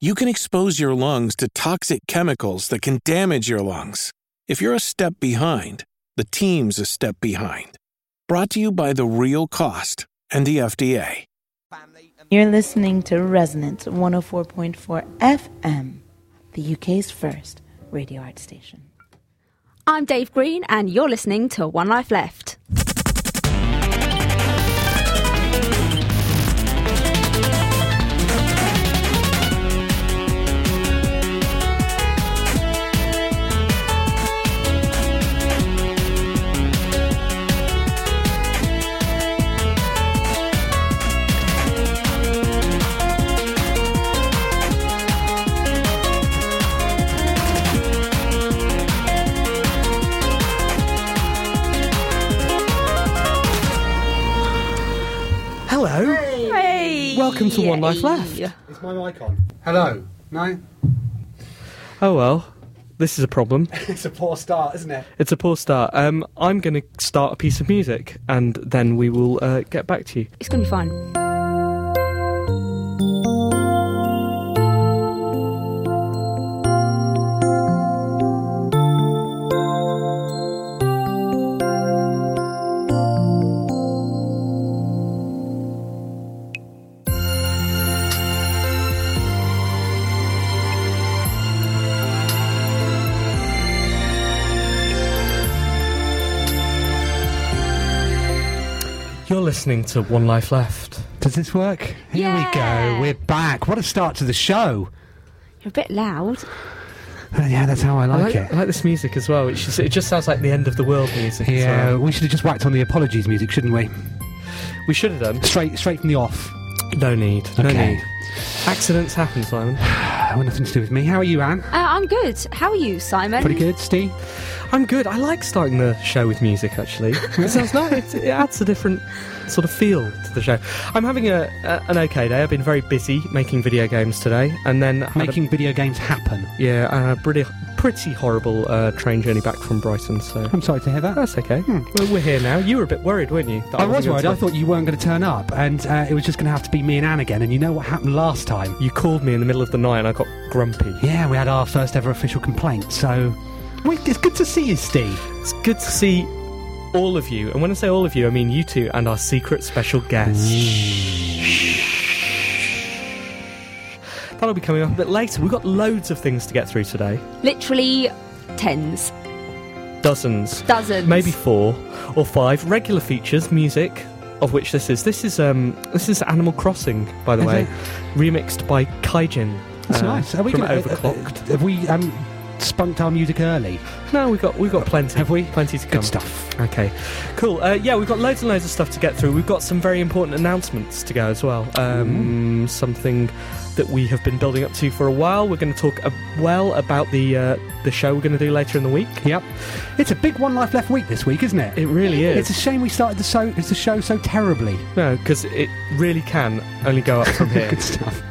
you can expose your lungs to toxic chemicals that can damage your lungs. If you're a step behind, the team's a step behind. Brought to you by The Real Cost and the FDA. You're listening to Resonance 104.4 FM, the UK's first radio art station. I'm Dave Green, and you're listening to One Life Left. Hello. Welcome to One Life Left. Is my mic on? Hello. No? Oh well, this is a problem. It's a poor start, isn't it? It's a poor start. Um, I'm going to start a piece of music, and then we will uh, get back to you. It's going to be fine. You're listening to One Life Left. Does this work? Here Yeah. we go. We're back. What a start to the show. You're a bit loud. Uh, Yeah, that's how I Oh, I like, like, it. I like this music as well. It's just, it just sounds like the end of the world music. as yeah, well. we should have just whacked on the apologies music, shouldn't we? we should have done. Straight, straight from the off. No need. No Okay. need. Accidents happen, Simon. Uh, well, nothing to do with me. How are you, Anne? Uh, I'm good. How are you, Simon? Pretty good, Steve. I'm good. I like starting the show with music. Actually, it sounds nice. It, it adds a different sort of feel to the show. I'm having a, a an okay day. I've been very busy making video games today, and then had a- Making video games happen. yeah, I had a pretty pretty horrible uh, train journey back from Brighton. So I'm sorry to hear that. Hmm. that's okay. Well, we're here now. You were a bit worried, weren't you? that I was wasn't worried. I gonna turn- thought you weren't going to turn up, and uh, it was just going to have to be me and Anne again. And you know what happened last time? you called me in the middle of the night, and I got grumpy. Yeah, we had our first ever official complaint. So, we, it's good to see you, Steve. It's good to see all of you, and when I say all of you, I mean you two and our secret special guest. That'll be coming up a bit later. We've got loads of things to get through today. Literally tens, Dozens. dozens. Maybe four or five regular features, music, of which this is. This is um this is Animal Crossing, by the Is way. it? Remixed by Kaijin. That's uh, nice. Are we from gonna, overclocked? have we um, spunked our music early? no, we got we got plenty. Have we? Plenty to come. Good stuff. Okay, cool. Uh, yeah, we've got loads and loads of stuff to get through. We've got some very important announcements to go as well. Um, something that we have been building up to for a while. We're going to talk uh, well about the uh, the show we're going to do later in the week. Yep. It's a big one life left week this week, isn't it? It really it's is. a shame we started the show, it's the show so terribly. no, because it really can only go up from here. Good stuff.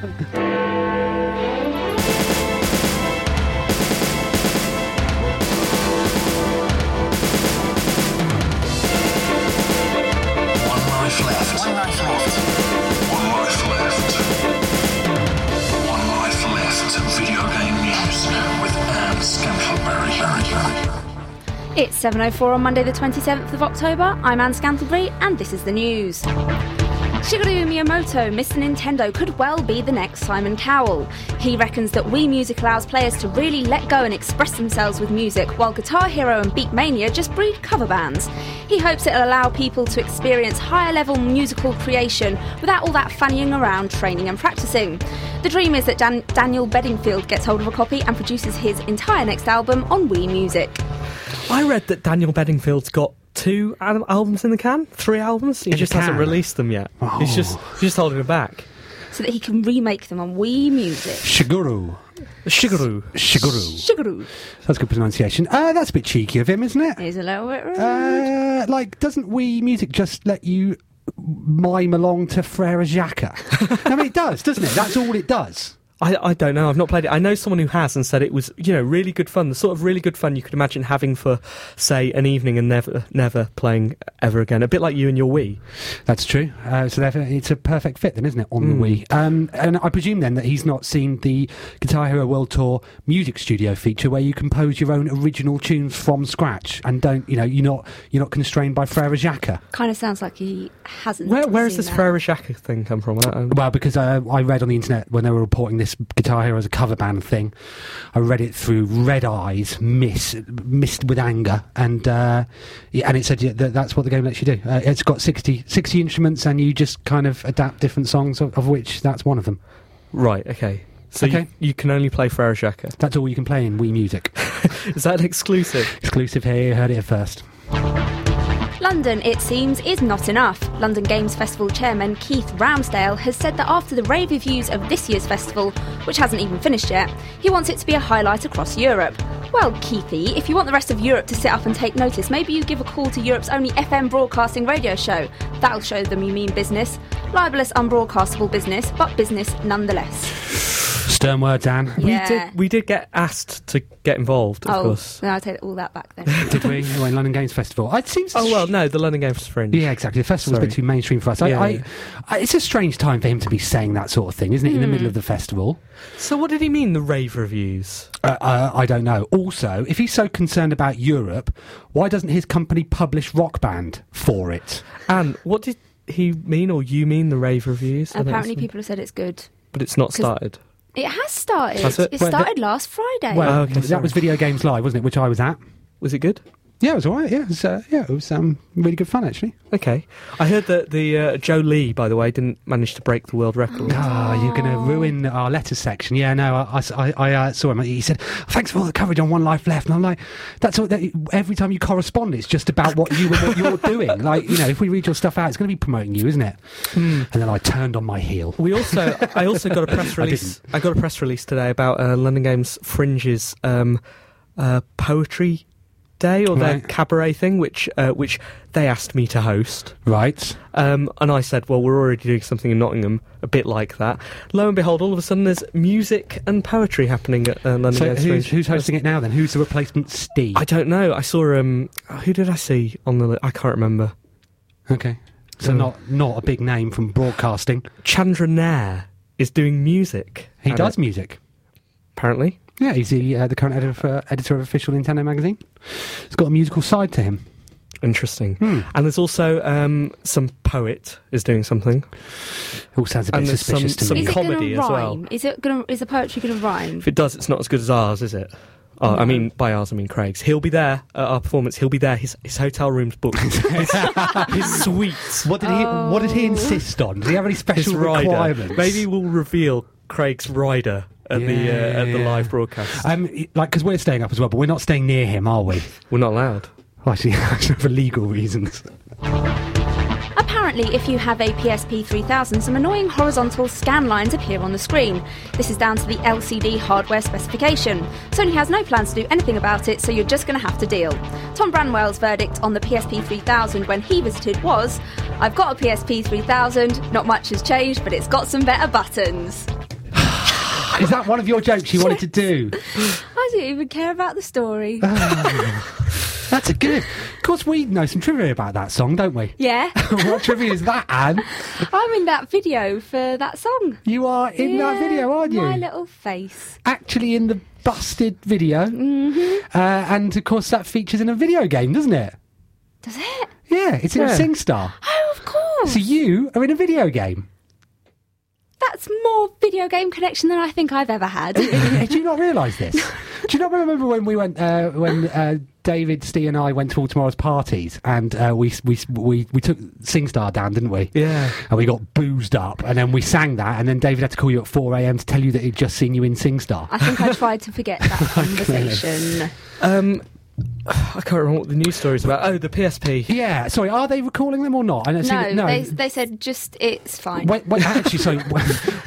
One life left. One life left. One life left. One life left. Video game news with Anne Scantleberry. It's 7.04 on Monday the 27th of October. I'm Anne Scantlebury, and this is the news. Shigeru Miyamoto, Mr. Nintendo, could well be the next Simon Cowell. He reckons that Wii Music allows players to really let go and express themselves with music, while Guitar Hero and Beatmania just breed cover bands. He hopes it'll allow people to experience higher level musical creation without all that fannying around, training, and practicing. The dream is that Dan- Daniel Bedingfield gets hold of a copy and produces his entire next album on Wii Music. I read that Daniel Bedingfield's got two al- albums in the can, three albums. He In the just hasn't can? Oh. released them yet. He's just he's just holding it back. so that he can remake them on Wii Music. Shiguru. Shigeru. Shiguru. Shigeru That's good pronunciation. Uh, that's a bit cheeky of him, isn't it? is a little bit rude. Uh, like, doesn't Wii Music just let you mime along to Frere Jacques? I mean, it does, doesn't it? That's all it does. I, I don't know. I've not played it. I know someone who has and said it was you know really good fun. The sort of really good fun you could imagine having for say an evening and never never playing ever again. A bit like you and your Wii. That's true. Uh, so therefore, it's a perfect fit, then, isn't it, on the Wii? Um, and I presume then that he's not seen the Guitar Hero World Tour Music Studio feature, where you compose your own original tunes from scratch and don't, you know, you're not you're not constrained by Frere Jacques. Kind of sounds like he hasn't. Where where has seen this that. Frere Shaka thing come from? I, I, Well, because I, I read on the internet when they were reporting this Guitar Hero as a cover band thing, I read it through red eyes, miss, missed with anger, and uh, yeah, and it said yeah, that that's what the game lets you do. Uh, it's got 60, 60 instruments, and you just kind of adapt different songs, of, of which that's one of them. right. Okay. So Okay. You, you can only play Frere Shaka. That's all you can play in Wii Music. Is that an exclusive? Exclusive here, you heard it first. London, it seems, is not enough. London Games Festival chairman Keith Ramsdale has said that after the rave reviews of this year's festival, which hasn't even finished yet, he wants it to be a highlight across Europe. Well, Keithy, if you want the rest of Europe to sit up and take notice, maybe you give a call to Europe's only FM broadcasting radio show. That'll show them you mean business. Libelous, unbroadcastable business, but business nonetheless. Stern word, Dan. Yeah. We did. We did get asked to get involved, of oh, course. then I'll take all that back then. Did we? Oh, in London Games Festival. It seems. Oh well, no, the London Games Fringe. Yeah, exactly. The festival's a bit Sorry. too mainstream for us. I, Yeah, I, yeah. I, it's a strange time for him to be saying that sort of thing, isn't it? In the middle of the festival. Hmm. So what did he mean? The rave reviews? Uh, uh, I don't know. Also, if he's so concerned about Europe, why doesn't his company publish Rock Band for it? And what did he mean, or you mean the rave reviews? I think Apparently, it's- people have said it's good. But it's not 'cause- started. It has started. Has it? It Well, the- started last Friday. Well, Oh, okay, that sorry. was Video Games Live, wasn't it? Which I was at. Was it good? Yeah, it was all right. Yeah, it was, uh, yeah, it was um, really good fun actually. Okay. I heard that the uh, Joe Lee, by the way, didn't manage to break the world record. Ah, you're going to ruin our letters section. Yeah, no, I, I, I uh, saw him. He said, "Thanks for all the coverage on One Life Left," and I'm like, "That's all." That, every time you correspond, it's just about what you and what you're doing. Like, you know, if we read your stuff out, it's going to be promoting you, isn't it? And then I turned on my heel. Hmm. We also, I also got a press release. I, got a press release today about uh, London Games Fringe's um, uh, poetry day or their Right. cabaret thing, which uh, which they asked me to host. Right. Um, and I said, well, we're already doing something in Nottingham, a bit like that. Lo and behold, all of a sudden there's music and poetry happening at uh, London So Games who's, Fringe. who's hosting it now then? Who's the replacement Steve? I don't know. I saw um, who did I see on the? Li- I can't remember. okay. So Mm. not not a big name from broadcasting. Chandra Nair is doing music. He at does it, music. apparently. Yeah, he's the, uh, the current editor of, uh, editor of official Nintendo magazine. He's got a musical side to him. Hmm. Interesting. And there's also um, some poet is doing something. All sounds a bit And there's suspicious some- to me. some is it comedy gonna as well. rhyme? Is it gonna? Is the poetry gonna rhyme? If it does, it's not as good as ours, is it? Oh, I mean, by ours, I mean Craig's. He'll be there at our performance. He'll be there. His, his hotel room's booked. his, his suite. What did he? What did Oh. he insist on? Did he have any His special rider. requirements? Maybe we'll reveal Craig's rider at the Yeah, uh, at the yeah. live broadcast. Um, like because we're staying up as well, but we're not staying near him, are we? We're not allowed. Well, actually, actually, for legal reasons. Apparently, if you have a PSP 3000, some annoying horizontal scan lines appear on the screen. This is down to the LCD hardware specification. Sony has no plans to do anything about it, so you're just going to have to deal. Tom Branwell's verdict on the PSP 3000 when he visited was I've got a PSP 3000, not much has changed, but it's got some better buttons. Is that one of your jokes you wanted to do? I don't even care about the story. Uh. Ah, That's a good. Of course, we know some trivia about that song, don't we? yeah, what trivia is that, Anne? I'm in that video for that song. You are in that Yeah, video, aren't you? My little face. Actually, in the busted video, mm-hmm. uh, and of course that features in a video game, doesn't it? Does it? Yeah, it's in Yeah. SingStar. Oh, of course. So you are in a video game. That's more video game connection than I think I've ever had. Do you not realise this? Do you not remember when we went uh, when uh, David, Steve, and I went to all tomorrow's parties, and uh, we, we we we took SingStar down, didn't we? Yeah. And we got boozed up, and then we sang that, and then David had to call you at four a.m. to tell you that he'd just seen you in SingStar. I think I tried to forget that conversation. Um, I can't remember what the news story's about. Oh, the PSP. Yeah. Sorry, are they recalling them or not? I don't see No, that- They, they said just it's fine When, when- actually, sorry.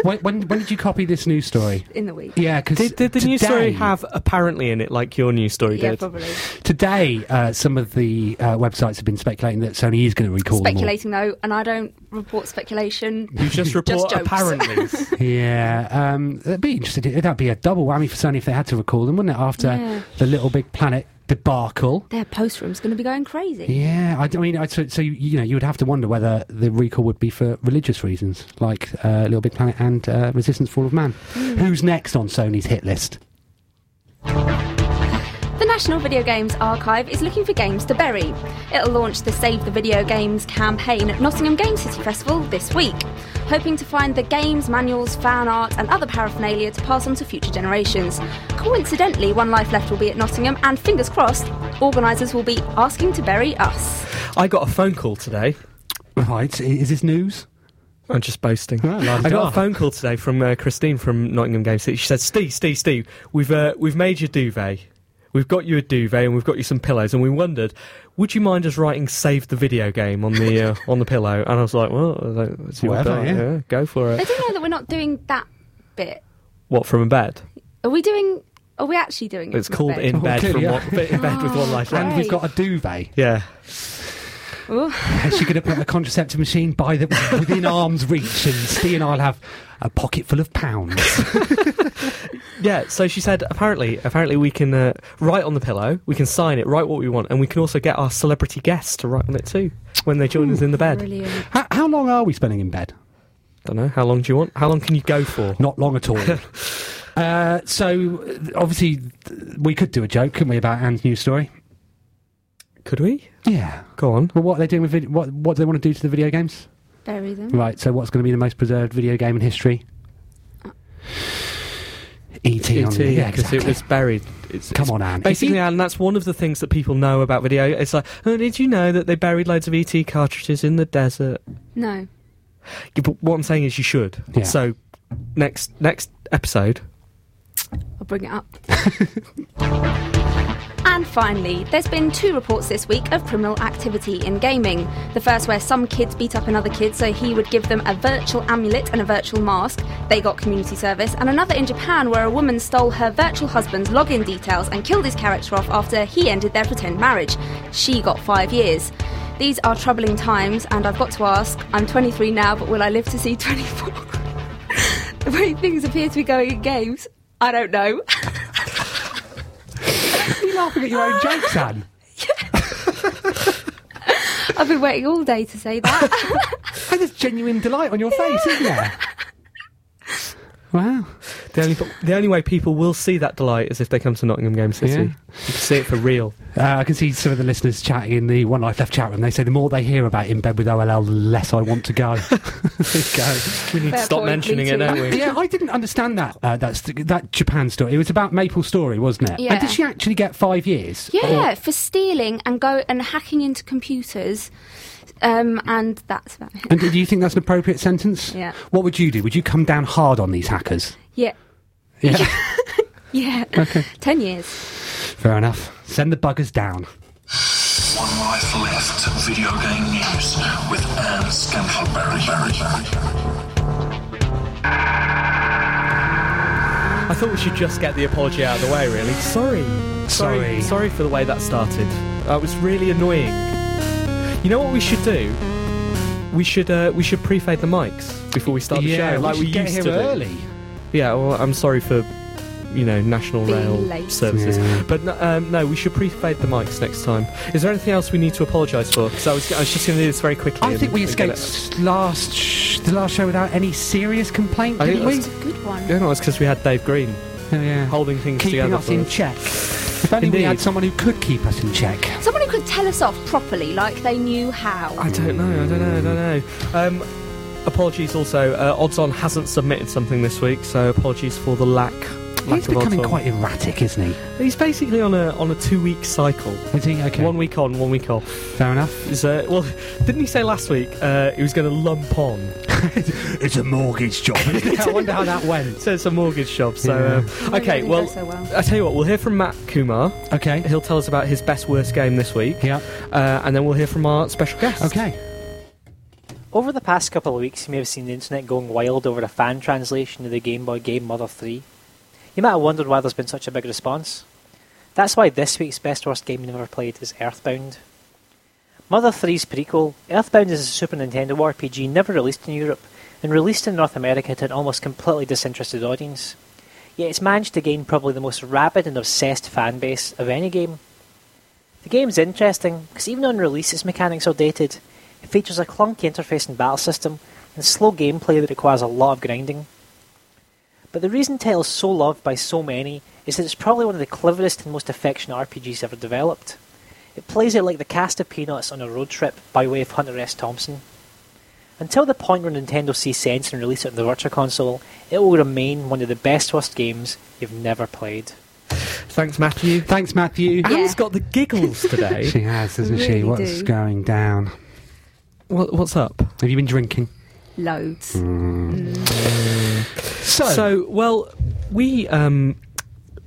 When, when, when did you copy this news story? in the week. Yeah, because Did, did the news story have apparently in it like your news story yeah did? probably. today? Uh, some of the uh, websites have been speculating that Sony is going to recall them all. Speculating though, and I don't report speculation. You just report jokes. apparently. Yeah, um, it'd be interesting. That'd be a double whammy for Sony if they had to recall them, wouldn't it? After Yeah. the Little Big Planet debacle. Their post room's going to be going crazy. Yeah, I, d- I mean, I, so, so you, you know, you would have to wonder whether the recall would be for religious reasons, like uh, Little Big Planet and uh, Resistance: Fall of Man. Hmm. Who's next on Sony's hit list? The National Video Games Archive is looking for games to bury. It'll launch the Save the Video Games campaign at Nottingham Game City Festival this week, hoping to find the games, manuals, fan art, and other paraphernalia to pass on to future generations. Coincidentally, One Life Left will be at Nottingham, and fingers crossed, organisers will be asking to bury us. I got a phone call today. Right, i- is this news? I'm just boasting. Ah, la I got da. a phone call today from uh, Christine from Nottingham Game City. She said, "Steve, Steve, Steve, we've uh, we've made you a duvet. We've got you a duvet and we've got you some pillows. And we wondered, would you mind us writing save the video game on the uh, on the pillow?" And I was like, "Well, I don't- it's your Whatever, bed. yeah. go for They it." don't know that we're not doing that bit. What from a bed? Are we doing? Are we actually doing it? It's from called bed? in Oh, bed from clearly, what, in bed with one And life left. Right. we've got a duvet. Yeah. Ooh. Is she going to put a contraceptive machine by the within arm's reach, and Steve and I'll have a pocket full of pounds. Yeah, so she said apparently, apparently we can uh, write on the pillow, we can sign it, write what we want, and we can also get our celebrity guests to write on it too when they join us in the bed. Brilliant. how, how long are we spending in bed? Don't know how long do you want? How long can you go for? Not long at all. uh, so uh, obviously th- we could do a joke, couldn't we, about Anne's new story? Could we? Yeah. Go on. Well, what are they doing with vid- what? What do they want to do to the video games? Bury them. Mm. Right. So what's going to be the most preserved video game in history? E.T. on the- yeah, E because exactly. it was buried. It's, Come it's- on, Anne. Basically, If you- and that's one of the things that people know about video. It's like, oh, did you know that they buried loads of ET cartridges in the desert? No. Yeah, but what I'm saying is, you should. Yeah. So, next next episode, I'll bring it up. and finally, there's been two reports this week of criminal activity in gaming. The first, where some kids beat up another kid, so he would give them a virtual amulet and a virtual mask. They got community service. And another in Japan, where a woman stole her virtual husband's login details and killed his character off after he ended their pretend marriage. She got five years. These are troubling times, and I've got to ask I'm 23 now, but will I live to see 24? the way things appear to be going in games, I don't know. you're laughing at your own jokes, Anne. I've been waiting all day to say that. And there's genuine delight on your face, isn't there? Wow. the only the only way people will see that delight is if they come to Nottingham Game City. Yeah. You can see it for real. Uh, I can see some of the listeners chatting in the One Life Left chat room. They say the more they hear about in bed with OLL, the less I want to go. go. We need Fair to stop point, mentioning me it, too. don't we? yeah, I didn't understand that. Uh, that's that Japan story. It was about Maple Story, wasn't it? Yeah. And did she actually get five years? yeah, Or- for stealing and go and hacking into computers. Um, and that's about it. and do you think that's an appropriate sentence? Yeah. What would you do? Would you come down hard on these hackers? Yeah. Yeah. Yeah. Ten years. Fair enough. Send the buggers down. One Life Left Video Game News with Anne Scantleberry. I thought we should just get the apology out of the way, really. Sorry. Sorry. Sorry, sorry for the way that started. That was really annoying. You know what we should do? We should uh, we should pre-fade the mics before we start the show, like we, should used get to here do. early. Yeah, well, I'm sorry for you know national Being rail late. services, Yeah. but no, um, no, we should pre-fade the mics next time. Is there anything else we need to apologise for? Because I was I was just going to do this very quickly. I and- think we and get it. escaped last sh- the last show without any serious complaint, I think didn't we? It's a good one. Yeah, no, it's because we had Dave Green Oh, yeah. holding things Keeping together us for in us. check. If only we Indeed. had someone who could keep us in check. Someone who could tell us off properly, like they knew how. I don't know. I don't know. I don't know. Um, apologies. Also, uh, Odds On hasn't submitted something this week, so apologies for the lack. lack He's of Odds becoming On. quite erratic, isn't he? He's basically on a on a two week cycle. Is he? Okay. One week on, one week off. Fair enough. Is, uh, well, didn't he say last week uh, he was going to lump on? It's a mortgage job. I wonder how that went. So it's a mortgage job. So um, Maybe okay, it didn't well, go so well. I tell you what, we'll hear from Matt Kumar. Okay. He'll tell us about his best worst game this week. Yeah. Uh, and then we'll hear from our special guest. Okay. Over the past couple of weeks, you may have seen the internet going wild over a fan translation of the Game Boy game Mother 3. You might have wondered why there's been such a big response. That's why this week's best worst game you've ever played is Earthbound. Mother 3's prequel, Earthbound is a Super Nintendo RPG never released in Europe, and released in North America to an almost completely disinterested audience. Yet it's managed to gain probably the most rabid and obsessed fan base of any game. The game's interesting because even on release, its mechanics are dated. It features a clunky interface and battle system, and slow gameplay that requires a lot of grinding. But the reason Tell is so loved by so many is that it's probably one of the cleverest and most affectionate RPGs ever developed. It plays it like the cast of Peanuts on a road trip by way of Hunter S. Thompson. Until the point where Nintendo sees sense and release it on the Virtual Console, it will remain one of the best worst games you've never played. Thanks, Matthew. Thanks, Matthew. Anne's got the giggles today. She has, doesn't she? Really What's do. going down? what, what's up? Have you been drinking? Loads. Mm. Mm. So, So, well, we um,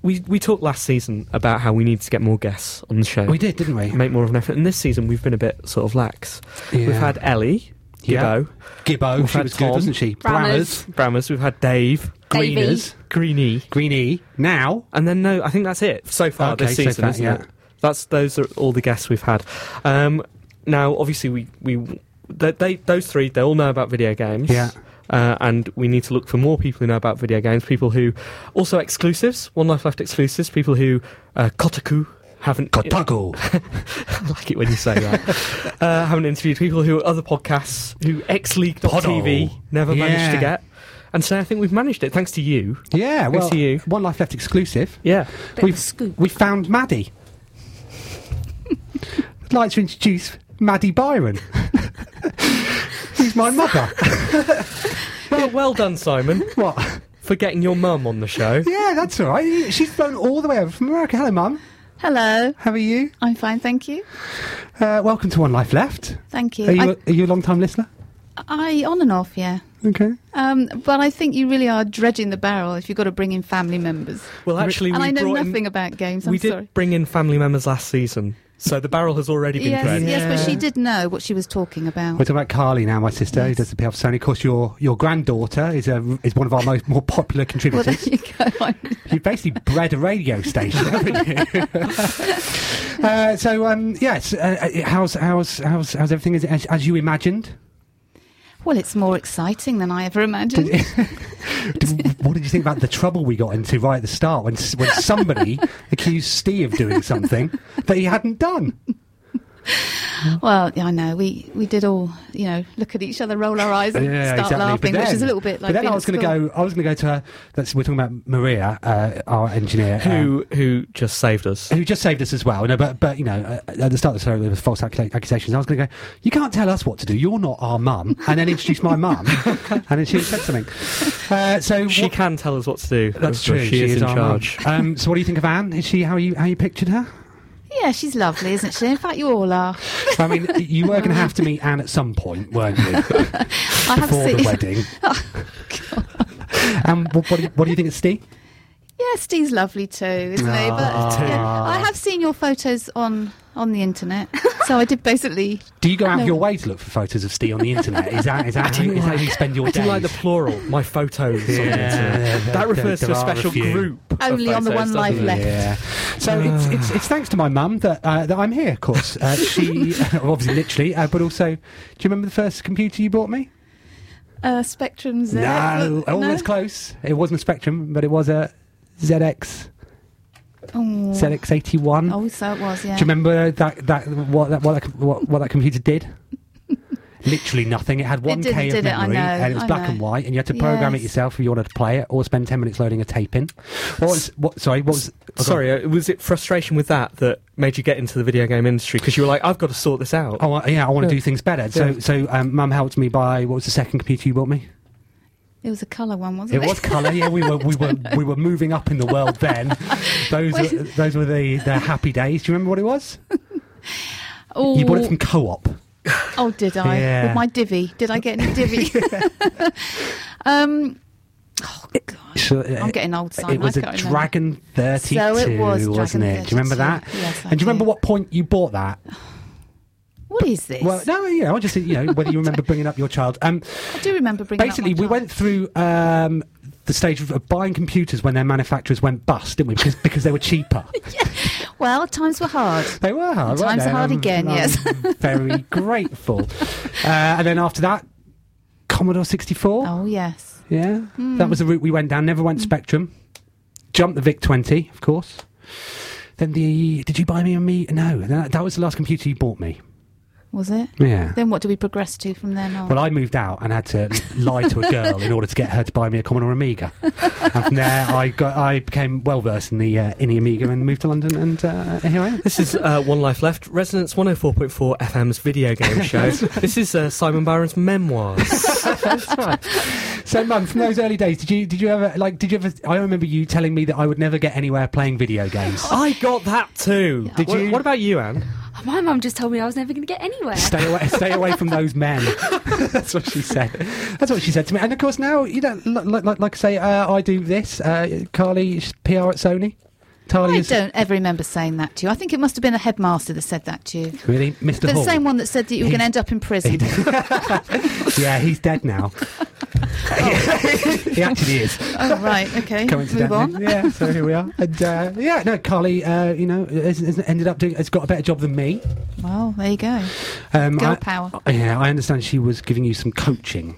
we we talked last season about how we need to get more guests on the show. we did, didn't we? make more of an effort. And this season, we've been a bit sort of lax. We've Yeah. had Ellie, Yeah. Gibbo, Gibbo, We've she had was Tom. good, wasn't she? Brammers. Brammers. We've had Dave, Davey. Greeners, Greeny, Greeny. Now, and then no, I think that's it so far Okay, this so season, far, isn't yeah. it? That's those are all the guests we've had. Um, now, obviously, we we they, they those three they all know about video games. Yeah. Uh, and we need to look for more people who know about video games, people who also exclusives, One Life Left exclusives, people who uh, Kotaku haven't Kotaku. I like it when you say that. uh, haven't interviewed people who are other podcasts who xleague.tv Poddle. never managed to Yeah. get. And so I think we've managed it thanks to you. yeah, Thanks well, to you. One Life Left exclusive. Yeah. Bit of a We've, scoop. we found Maddie. I'd like to introduce Maddie Byron. Who's my mother? Well, well done, Simon, what? for getting your mum on the show. Yeah, that's all right. She's flown all the way over from America. Hello, Mum. Hello, How are you? I'm fine, thank you. Uh, welcome to One Life Left. Thank you. Are you, I, a- are you a long time listener? I on and off, yeah. Okay. Um, but I think you really are dredging the barrel if you've got to bring in family members. Well, actually, and we I know brought in- nothing about games. I'm we did sorry. bring in family members last season, so the barrel has already been Yes, thrown. yes, but she did know what she was talking We're about. talking about Carly now, my sister, who Yes. does the PL for Sony. Of course, your, your granddaughter is a, is one of our most more popular Well, there contributors. you go. I- you basically bred a radio station, haven't you? uh, so, um, yes, uh, uh, how's, how's, how's, how's everything as, as, as you imagined? Well, it's more exciting than I ever imagined. Did- what did you think about the trouble we got into right at the start when, s- when somebody accused Steve of doing something that he hadn't done? well, yeah, I know we we did all you know look at each other, roll our eyes, and start laughing, which is a little bit like. But then being I at was going to school. go. I was going to go to her. That's we're talking about Maria, uh, our engineer, um, Who who just saved us? who just saved us as well. No, but but you know, uh, at the start of the show there was false accu- accusations. I was going to go. You can't tell us what to do. You're not our mum, and then introduce my mum, and then she said something. Uh, so She what- can tell us what to do. That's true. She, is, in our mum. charge. Um, so what do you think of Anne? Is she how you how you pictured her? Yeah, she's lovely, isn't she? In fact, you all are. I mean, you were going to have to meet Anne at some point, weren't you? I have Before the seen. Oh, wedding. um, what, what, do you, what do you think of Steve? Yeah, Steve's lovely too, isn't Ah, he? But yeah, I have seen your photos on on the internet, so I did basically. Do you go out of your way to look for photos of Steve on the internet? Is that is that, how, is that how you spend your I do days? like the plural. My photos. on the Yeah, internet. there- that refers there to a are a special few. group. of Only on the photos, one life doesn't it? left. yeah. So it's, Ah. it's, it's thanks to my mum that uh, that I'm here. Of course, uh, she obviously literally, uh, but also, do you remember the first computer you bought me? Uh, Spectrum Z. no, Oh, almost close. It wasn't a Spectrum, but it was a ZX ZX eighty one. Oh, so it was, yeah. Do you remember that that what that what that, what, what that computer did? literally nothing. It had one didn't, K of did it? I memory, know, and it was I black know. and white, and you had to program it Yes. yourself if you wanted to play it, or spend ten minutes loading a tape in. What was? What? Sorry, what was? oh, go on. Sorry, uh, was it frustration with that that made you get into the video game industry? Because you were like, I've got to sort this out. Oh I- yeah, I want to Yeah. do things better. So, Yeah. so um, Mum helped me by what was the second computer you bought me? It was a colour one, It wasn't it? was colour. Yeah, we were we were we were moving up in the world then. Those were, those were the the happy days. Do you remember what it was? oh, You bought it from Co-op. oh, did I? Yeah. With my divvy. Did I get any divvy? um, oh, God. So, uh, I'm getting old, Simon. It was I a can't remember. Dragon 32, So it was not Dragon it? Do you remember 32. that? Yes, I and do you remember do. what point you bought that? What is this? Well, no, you know, I just you know whether you remember bringing up your child. Um, I do remember bringing up basically, we my child. went through um, the stage of, of buying computers when their manufacturers went bust, didn't we? Because because they were cheaper. Well, times were hard. They were hard. weren't Times they? are hard I'm- again, I'm yes. very grateful. Uh, and then after that, Commodore 64. Oh, yes. Hmm. Yeah. That was the route we went down. Never went Spectrum. Jumped the VIC 20, of course. Then the. Did you buy me a me? No, that, that was the last computer you bought me. Was it? Yeah. Then what do we progress to from then on? Well, I moved out and had to lie to a girl in order to get her to buy me a Commodore Amiga. And from there, I, got, I became well versed in the uh, in the Amiga and moved to London, and uh, here I am. This is uh, One oh Life Left, Resonance 104.4 FM's video game show. this is uh, Simon Byron's memoirs. So, Mum, from those early days, did you did you ever like did you ever? I remember you telling me that I would never get anywhere playing video games. I got that too. Did What- you- What about you, Anne? My mum just told me I was never going to get anywhere. Stay away, stay away from those men. That's what she said. That's what she said to me. And of course, now you know, like, like, like I say, uh, I do this. Uh, Carly, she's PR at Sony. Tali I is don't ever remember saying that to you. I think it must have been a headmaster that said that to you. really Mr. The Hall. same one that said that you were He- going to end up in prison. Yeah, he's dead now. he actually is. oh, right. Okay. Move Coincidentally. on. Yeah, so here we are. And uh, yeah, no, Carly, uh, you know, has, has ended up doing. Has got a better job than me. Well, there you go. Um, Girl I- power. Yeah, I understand she was giving you some coaching.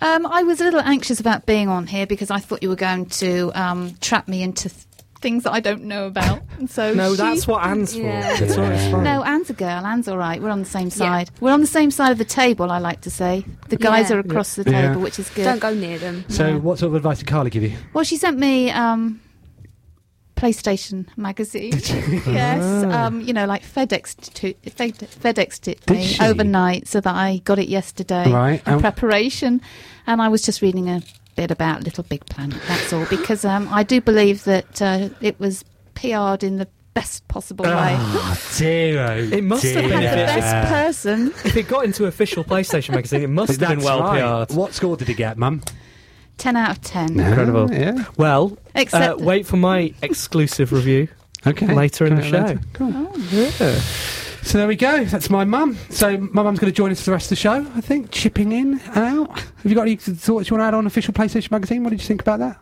Um, I was a little anxious about being on here because I thought you were going to um, trap me into th- things that I don't know about. And so No, she- that's what Anne's for. Yeah. It's all right, fine. No, Anne's a girl. Anne's all right. We're on the same Yeah. side. We're on the same side of the table. I like to say the guys Yeah. are across the Yeah. table, which is good. Don't go near them. So, Yeah. what sort of advice did Carly give you? Well, she sent me um, PlayStation magazine. yes, um, you know, like FedEx to, Fed, FedExed it Ah. Did me she? overnight, so that I got it yesterday Right, in and- preparation. And I was just reading a bit about Little Big Planet. That's all, because um, I do believe that uh, it was PR'd in the best possible way. Ah. dear, It must have been Had the Yeah. best person If it got into official PlayStation magazine, it must have been well PR'd. What score did he get, Mum? ten out of ten. Incredible. yeah. Well, uh, Except- wait for my exclusive review. Okay. Later in the Okay, show. later. Cool. So there we go. That's my mum. So my mum's going to join us for the rest of the show, I think, chipping in and out. Have you got any thoughts you want to add on official PlayStation magazine? What did you think about that?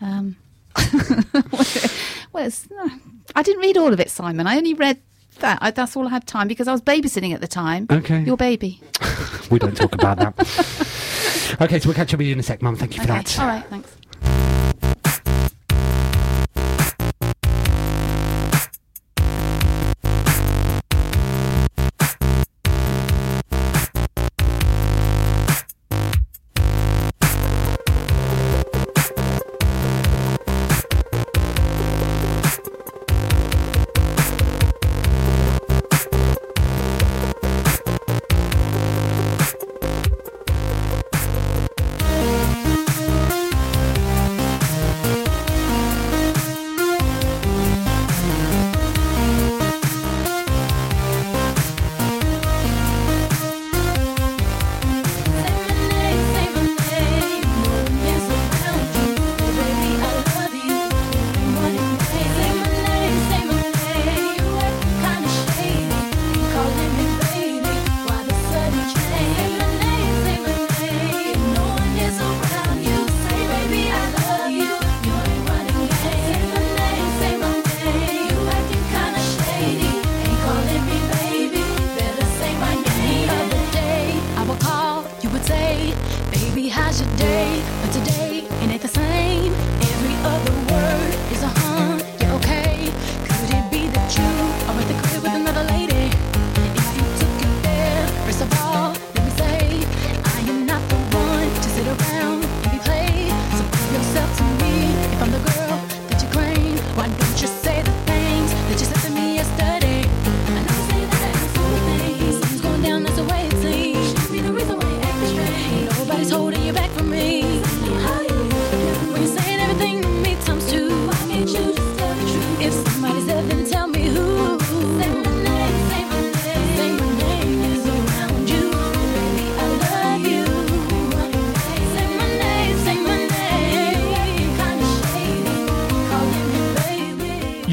Um, well, it's, uh, I didn't read all of it, Simon. I only read that. I, that's all I had time because I was babysitting at the time. Okay. Your baby. We don't talk about that. okay, so we'll catch up with you in a sec, mum. Thank you for Okay. that. All right. Thanks.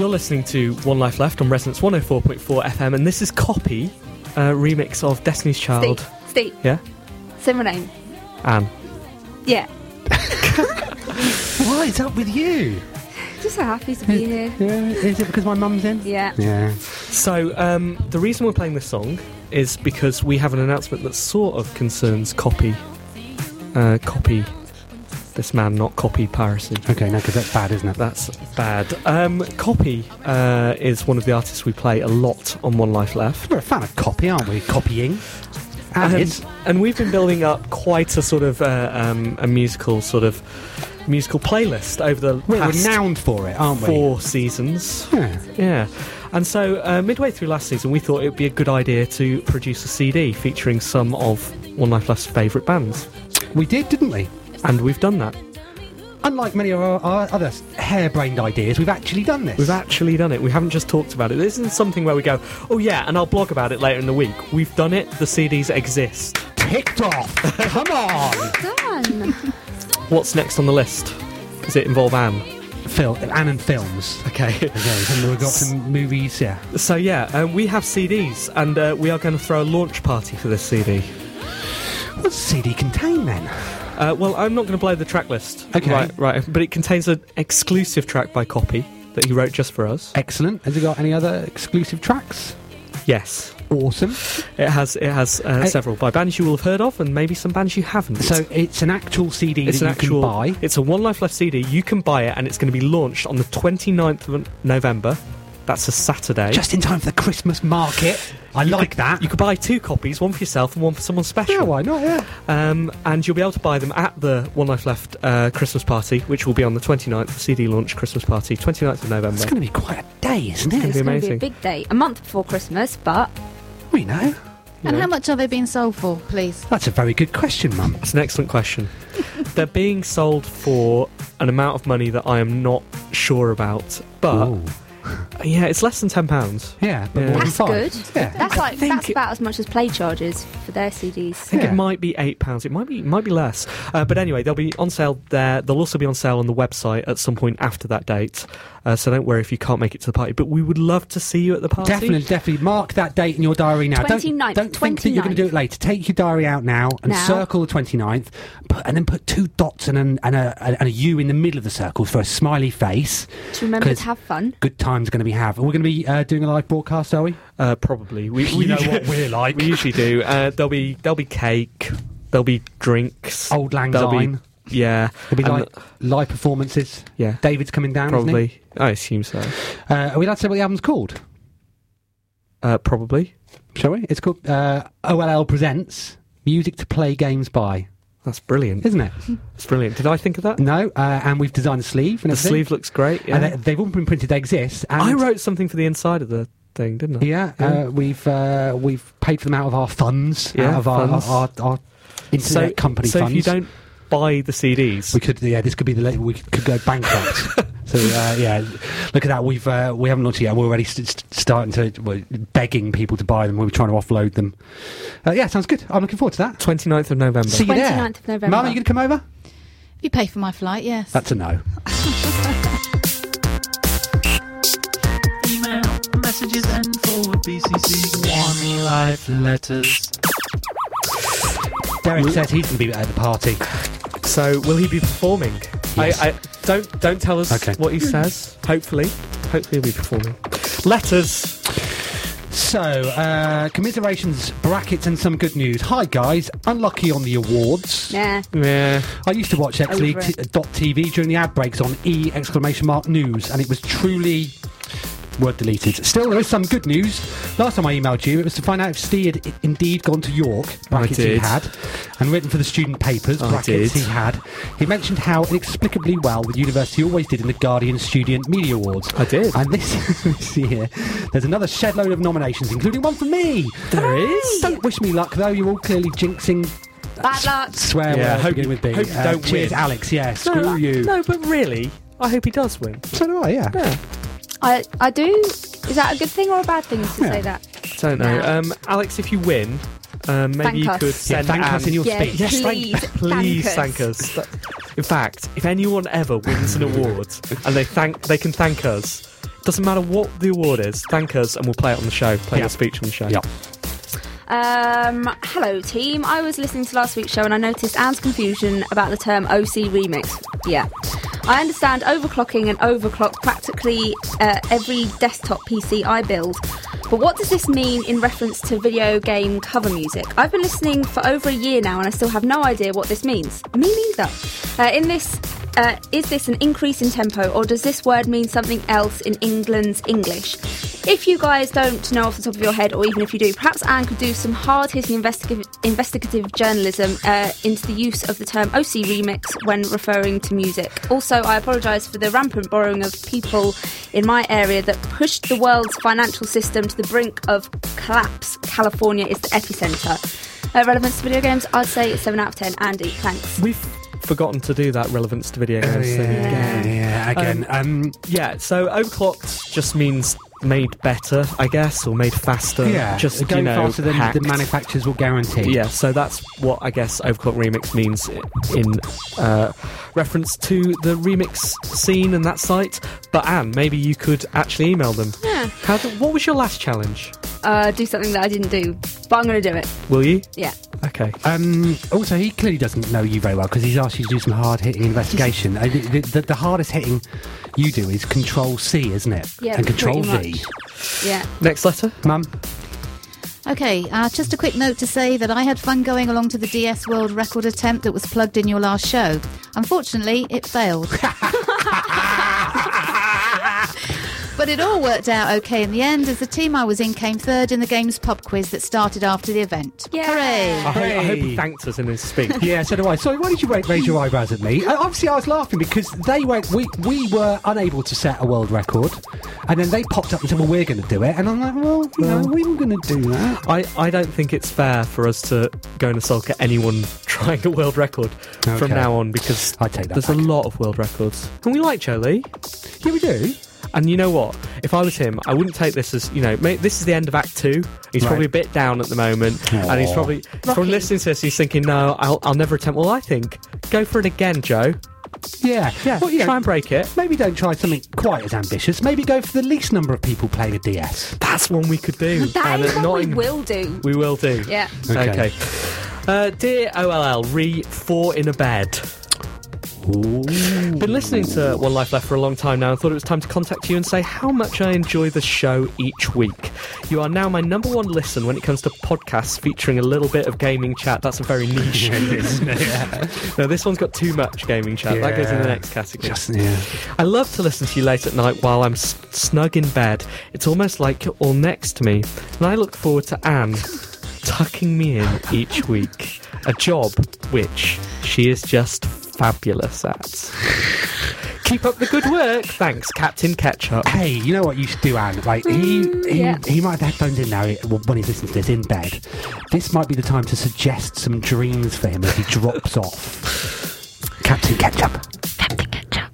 listening to One oh Life Left on Resonance 104.4 FM, and this is Copy, a remix of Destiny's Child. Steve, Steve, Yeah? say my name. Anne. Yeah, What is up with you? just so happy to be here. Yeah, is it because my mum's in? Yeah. Yeah. So, um, the reason we're playing this song is because we have an announcement that sort of concerns Copy. Uh, copy this man, not Copy piracy. Okay, no, because that's bad, isn't it? That's bad. Um, Copy uh, is one of the artists we play a lot on One Life Left. We're a fan of copy, aren't we? Copying. And it's- and, and we've been building up quite a sort of uh, um, a musical sort of musical playlist over the we're past renowned for it, aren't we? four seasons. Yeah. Yeah. And so, uh, midway through last season, we thought it would be a good idea to produce a CD featuring some of One Life Left's favourite bands. We did, didn't we? And we've done that. Unlike many of our, our other harebrained ideas, we've actually done this. We've actually done it. We haven't just talked about it. This isn't something where we go, oh yeah, and I'll blog about it later in the week. We've done it. The CDs exist. ticked off. Come on. Done. What's next on the list? Does it involve Anne? Phil, Anne and films. Okay. Okay, and we've got some movies, yeah. So yeah, um, we have CDs, and uh, we are going to throw a launch party for this CD. What's CD contain then? Uh, well, I'm not going to blow the track list. Okay. Right, right. But it contains an exclusive track by Copy that he wrote just for us. Excellent. Has it got any other exclusive tracks? Yes. Awesome. It has. It has uh, Hey. several by bands you will have heard of, and maybe some bands you haven't. So it's an actual CD It's that an you actual. can buy. It's a One Life Left CD. You can buy it, and it's going to be launched on the 29th of November. That's a Saturday. Just in time for the Christmas market. I like that. you could buy two copies, one for yourself and one for someone special. yeah, why not? Yeah. Um, and you'll be able to buy them at the One Life Left uh, Christmas party, which will be on the 29th, the CD launch Christmas party, 29th of It's November. going to be quite a day, isn't It's it? gonna It's be going to be amazing. a big day. A month before Christmas, but We know. And Yeah. how much are they being sold for, please? That's a very good question, Mum. It's an excellent question. They're being sold for an amount of money that I am not sure about, but Ooh. yeah, it's less than £10. yeah, but Yeah. more than that's five. good. Yeah. That's like think that's it- about as much as play charges for their CDs. I think Yeah. it might be eight pounds. It might be might be less. Uh, but anyway, they'll be on sale there. They'll also be on sale on the website at some point after that date. Uh, so don't worry if you can't make it to the party. But we would love to see you at the party. Definitely, definitely. Mark that date in your diary now. Don't- 29th, don't think that you're going to do it later. Take your diary out now and Now. circle the 29th, put, and then put two dots and, an, and, a, and a U in the middle of the circle for a smiley face. To remember 'Cause to have fun. Good time's going to be have. And we're going to be uh, doing a live broadcast, are we? Uh, probably. We, You know what we're like. We usually do. Uh, there'll be there'll be cake. There'll be drinks. Old Lang there'll Syne. Be, yeah. It'll be and live, live performances. Yeah. David's coming down, isn't probably. I assume so. he? Uh, are we allowed to say what the album's called? Uh, probably. Shall we? It's called uh, OLL Presents Music to Play Games By, That's brilliant. isn't it? That's brilliant. Did I think of that? No, uh, and we've designed a sleeve. And the everything. sleeve looks great. Yeah. And they, they've all been printed. They exist. And I wrote something for the inside of the thing, didn't I? Yeah, Uh, we've uh, we've paid for them out of our funds, out Yeah, of our, funds. Our, our, our internet so, company so funds. if you don't buy the CDs, we could yeah, this could be the late, we could go bankrupt. so uh, yeah, look at that. We've uh, we haven't launched it yet. We're already st- st- starting to we're begging people to buy them. We're trying to offload them. Uh, yeah, sounds good. I'm looking forward to that. 29th of November. See you there. 29th of November. Mum, are you going to come over? You pay for my flight, yes. That's a no. Email, messages, and forward BCC. One life letters. Derek says he's going to be at the party. so will he be performing? Yes. I, I don't don't tell us Okay. what he says. Hopefully, hopefully he'll be performing. Letters. So, uh, commiserations, brackets, and some good news. Hi guys, unlucky on the awards. Yeah. Yeah. I used to watch X Over League it. t- dot TV during the ad breaks on E exclamation mark news, and it was truly word deleted. Still, there is some good news. Last time I emailed you, it was to find out if Steve had i- indeed gone to York. Brackets he did. had, and written for the student papers. I Brackets he did. had. He mentioned how inexplicably well the university always did in the Guardian Student Media Awards. I did. And this, this year, there's another shed load of nominations, including one for me. There is. Don't wish me luck, though. You're all clearly jinxing Bad luck. swear Yeah, words hope begin you- with B. Uh, hope you don't cheers, win. Alex. Yeah, screw you. No, but really, I hope he does win. So do I. Yeah. Yeah. I I do. Is that a good thing or a bad thing to Yeah. say that? I don't know. Now. Um, Alex, if you win, um, maybe Thank you us. could Yeah, send thank us Anne- in your Yeah, speech. Yes, thank- please, thank please us. thank us. Th- In fact, if anyone ever wins an award and they thank, they can thank us. Doesn't matter what the award is. Thank us, and we'll play it on the show. Play Yeah. your speech on the show. Yeah. Um, hello, team. I was listening to last week's show and I noticed Anne's confusion about the term OC remix. Yeah. I understand overclocking and overclock practically uh, every desktop PC I build. But what does this mean in reference to video game cover music? I've been listening for over a year now and I still have no idea what this means. Me neither. Uh, in this, uh, is this an increase in tempo or does this word mean something else in England's English? If you guys don't know off the top of your head, or even if you do, perhaps Anne could do some hard hitting investigative, investigative journalism uh, into the use of the term OC remix when referring to music. Also, I apologise for the rampant borrowing of people in my area that pushed the world's financial system to the brink of collapse. California is the epicentre. Uh, relevance to video games, I'd say it's 7 out of 10. Andy, thanks. We've forgotten to do that relevance to video games thing again. Oh, yeah, yeah, again. Um, Yeah, so overclocked just means made better, I guess, or made faster. yeah, just go you know, faster than hacked. the manufacturers will guarantee. Yeah, so that's what I guess overclock remix means i- in uh, reference to the remix scene and that site. But Anne, maybe you could actually email them. Yeah. How do, what was your last challenge? Uh, do something that I didn't do, but I'm going to do it. Will you? Yeah. Okay. Um, also, he clearly doesn't know you very well because he's asked you to do some hard hitting investigation. Uh, the, the, the hardest hitting you do is Control C, isn't it? Yeah, and Control pretty V. Yeah. Next letter. Mum, Okay, uh, just a quick note to say that I had fun going along to the DS World record attempt that was plugged in your last show. Unfortunately, it failed. But it all worked out okay in the end as the team I was in came third in the game's pub quiz that started after the event. Yeah. Hooray! I, hope, I hope Hey. he thanked us in his speech. Yeah, so do I. Sorry, why did you ra- raise your eyebrows at me? Uh, obviously, I was laughing because they went. We we were unable to set a world record, and then they popped up and said, "Well, we're going to do it." And I'm like, "Well, you know, we were going to do that." I, I don't think it's fair for us to go in a sulk at anyone trying a world record Okay. from now on because I take that there's a back. lot of world records. And we like Joe Lee. Yeah, we do. And you know what? If I was him, I wouldn't take this as you know. Mate, this is the end of Act Two. He's Right. probably a bit down at the moment, and he's Aw. probably he's probably Rocky. listening to this. He's thinking, "No, I'll, I'll never attempt." Well, I think go for it again, Joe. Yeah, Yeah, Well, you know, try and break it. Maybe don't try something quite as ambitious. Maybe go for the least number of people playing a DS. That's one we could do. That and is at what we Nottingham- will do. We will do. Yeah. Okay. Okay. Uh, dear OLL, re four in a bed. Been listening to One Life Left for a long time now and thought it was time to contact you and say how much I enjoy the show each week. You are now my number one listen when it comes to podcasts featuring a little bit of gaming chat. That's a very niche. no, this one's got too much gaming chat. That goes in the Yeah. next category. Just yeah. I love to listen to you late at night while I'm s- snug in bed. It's almost like you're all next to me. And I look forward to Anne tucking me in each week. A job which she is just fabulous at. Keep up the good work. Thanks, Captain Ketchup. Hey, you know what you should do, Anne? Like he, he, yeah. Mm, he might have headphones in now well, when he's listening to this in bed. This might be the time to suggest some dreams for him as he drops off. Captain Ketchup. Captain Ketchup,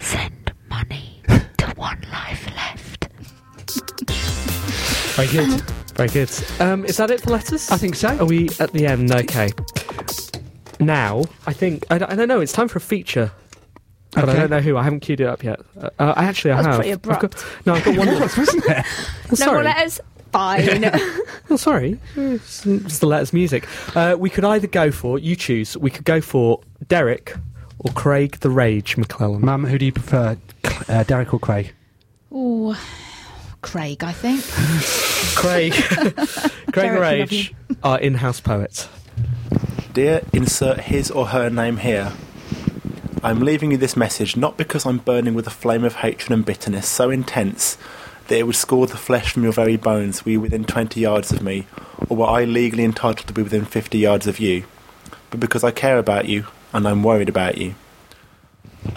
send money to One Life Left. Very good. Very good. Um, is that it for letters? Uh-huh. I think so. Are we at the end? Okay. Now, I think I don't, I don't know. It's time for a feature, but I Okay. don't know who. I haven't queued it up yet. Uh, uh, I actually I That was have. pretty I've got- abrupt. no, I've got one. left. wasn't it? Oh, No more sorry. letters? Fine. Oh, sorry. It's, it's the letters music. Uh, we could either go for you choose. We could go for Derek or Craig the Rage McClellan. Mum, who do you prefer, Cl- uh, Derek or Craig? Ooh, Craig, I think. Craig, Craig the Derek, we love Rage, our in-house poet. Dear, insert his or her name here. I'm leaving you this message not because I'm burning with a flame of hatred and bitterness so intense that it would score the flesh from your very bones were you within 20 yards of me, or were I legally entitled to be within 50 yards of you, but because I care about you and I'm worried about you.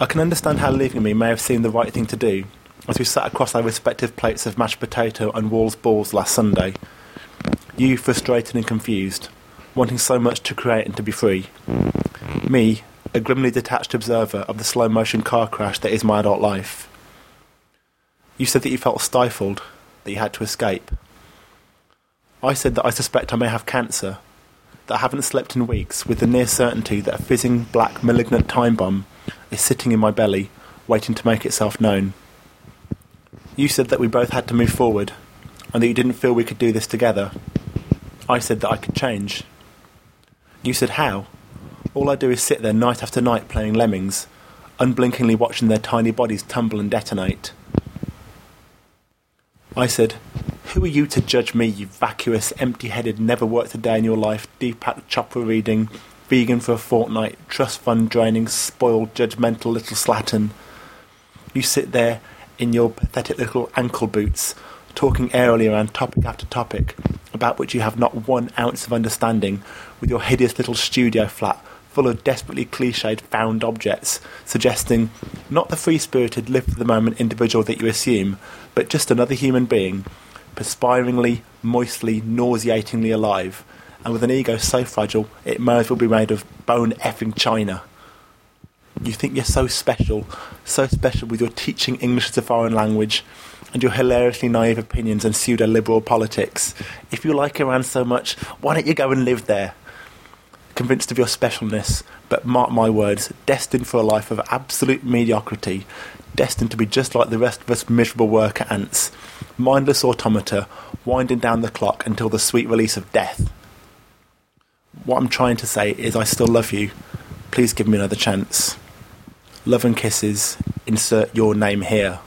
I can understand how leaving me may have seemed the right thing to do, as we sat across our respective plates of mashed potato and Wall's balls last Sunday. You frustrated and confused, wanting so much to create and to be free. Me, a grimly detached observer of the slow motion car crash that is my adult life. You said that you felt stifled, that you had to escape. I said that I suspect I may have cancer, that I haven't slept in weeks, with the near certainty that a fizzing black malignant time bomb is sitting in my belly, waiting to make itself known. You said that we both had to move forward, and that you didn't feel we could do this together. I said that I could change. You said how? All I do is sit there night after night playing lemmings, unblinkingly watching their tiny bodies tumble and detonate. I said, Who are you to judge me, you vacuous, empty headed, never worked a day in your life, Deepak Chopra reading, vegan for a fortnight, trust fund draining, spoiled, judgmental little slattern? You sit there in your pathetic little ankle boots, talking airily around topic after topic, about which you have not one ounce of understanding, with your hideous little studio flat full of desperately cliched found objects, suggesting not the free spirited, live for the moment individual that you assume, but just another human being, perspiringly, moistly, nauseatingly alive, and with an ego so fragile it may as well be made of bone effing china. You think you're so special, so special with your teaching English as a foreign language and your hilariously naive opinions and pseudo liberal politics. If you like Iran so much, why don't you go and live there? Convinced of your specialness, but mark my words, destined for a life of absolute mediocrity, destined to be just like the rest of us miserable worker ants, mindless automata, winding down the clock until the sweet release of death. What I'm trying to say is, I still love you. Please give me another chance. Love and kisses, insert your name here.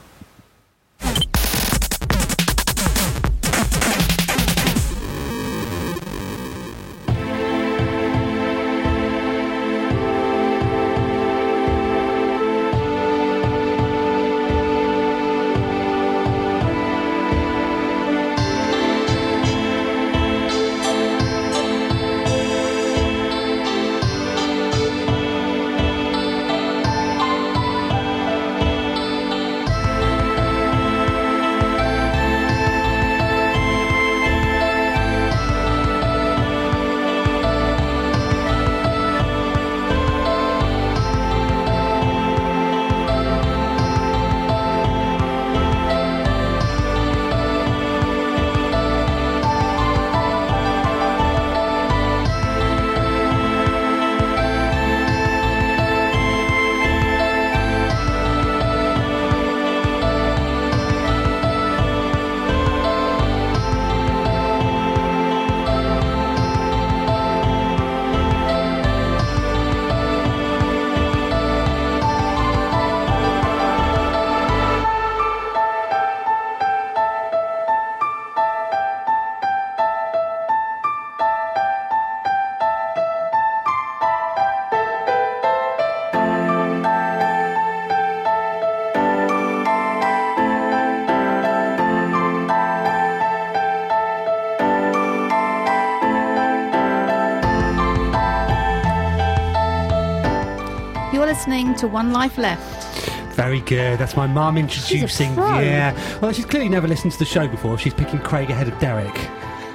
You're listening to One Life Left. Very good. That's my mum introducing. pro. Yeah. Well, she's clearly never listened to the show before. She's picking Craig ahead of Derek.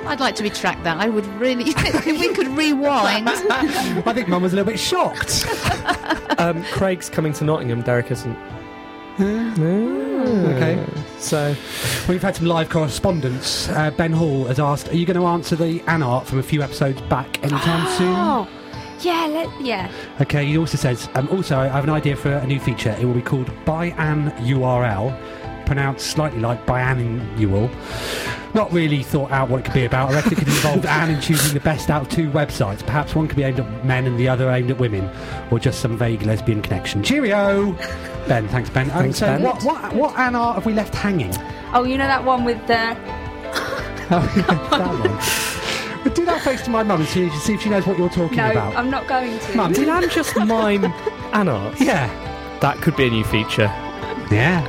I'd like to retract that. I would really. if we could rewind. I think Mum was a little bit shocked. um, Craig's coming to Nottingham. Derek isn't. Ah. Hmm. Okay. So we've had some live correspondence. Uh, ben Hall has asked, "Are you going to answer the Anart from a few episodes back anytime soon?" Oh, yeah, let, yeah. Okay, he also says, um, also, I have an idea for a new feature. It will be called Buy an URL, pronounced slightly like biannual. Not really thought out what it could be about. I reckon it could involve Anne in choosing the best out of two websites. Perhaps one could be aimed at men and the other aimed at women, or just some vague lesbian connection. Cheerio! Ben, thanks, Ben. Um, Thanks, so Ben. What, what, what Anne art have we left hanging? Oh, you know that one with the. Oh, yeah, that one. But do that face to my mum and see, see if she knows what you're talking No, about. I'm not going to. Mum, did Anne just mime Anart? Yeah. That could be a new feature. Yeah.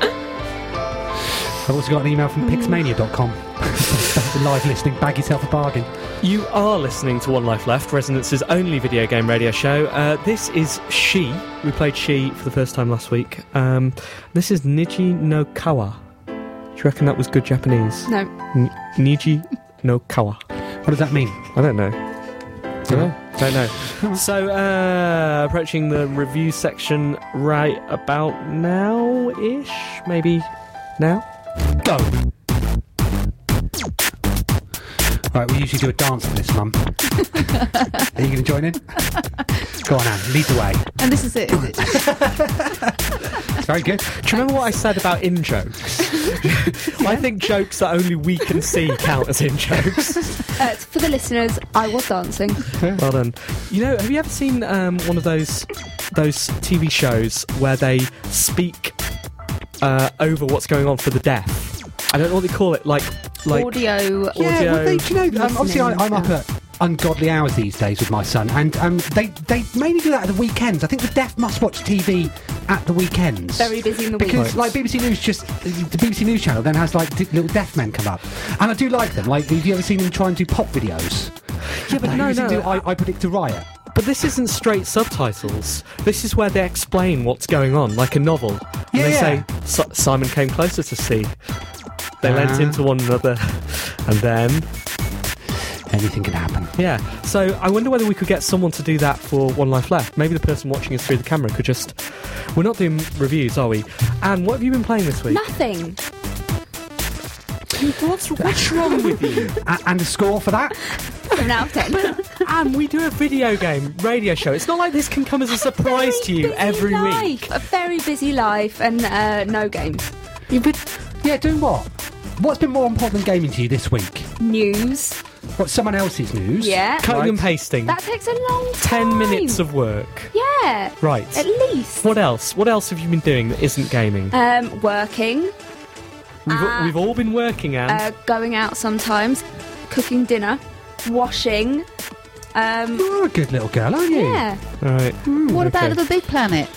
I've also got an email Mm. from pixmania.com. That's a live listening. Bag yourself a bargain. You are listening to One Life Left, Resonance's only video game radio show. Uh, this is She. We played She for the first time last week. Um, this is Niji no Kawa. Do you reckon that was good Japanese? No. N- Niji no Kawa. What does that mean? I don't know. Don't know. Don't know. So, uh, approaching the review section right about now ish? Maybe now? Go! Right, we usually do a dance for this, Mum. Are you going to join in? Go on, Anne. Lead the way. And this is it. is it? It's very good. Do you remember what I said about in jokes? I think jokes that only we can see count as in jokes. Uh, for the listeners, I was dancing. well done. You know, have you ever seen um, one of those those TV shows where they speak uh, over what's going on for the deaf? I don't know what they call it. Like, like Audio. Yeah, well, they, do you know, um, obviously I, I'm Listening up at ungodly hours these days with my son, and um, they they mainly do that at the weekends. I think the deaf must watch TV at the weekends. Very busy in the week. Because like BBC News, just the BBC News channel then has like d- little deaf men come up, and I do like them. Like, have you ever seen them try and do pop videos? Yeah, but no, no. Do, I, I predict a riot. But this isn't straight subtitles. This is where they explain what's going on, like a novel. And they Yeah, say, "Si- Simon came closer to sea. They lent Ah. into one another. And then, Anything can happen. yeah. So I wonder whether we could get someone to do that for One Life Left. Maybe the person watching us through the camera could just. We're not doing reviews, are we? Anne, what have you been playing this week? Nothing. What's, what's wrong with you? A- and a score for that? Seven out of ten. Anne, we do a video game radio show. It's not like this can come as a surprise to you Busy every life. week. A very busy life and uh, no games. You've been, yeah, doing what? What's been more important than gaming to you this week? News. What someone else's news? Yeah. Cutting Right. and pasting. That takes a long time. Ten minutes of work. Yeah. Right. At least. What else? What else have you been doing that isn't gaming? Um, working. we've, we've all been working, Anne. Uh, going out sometimes. Cooking dinner. Washing. Um, You're a good little girl, aren't you? Hmm, yeah. all right. What okay. about Little Big Planet?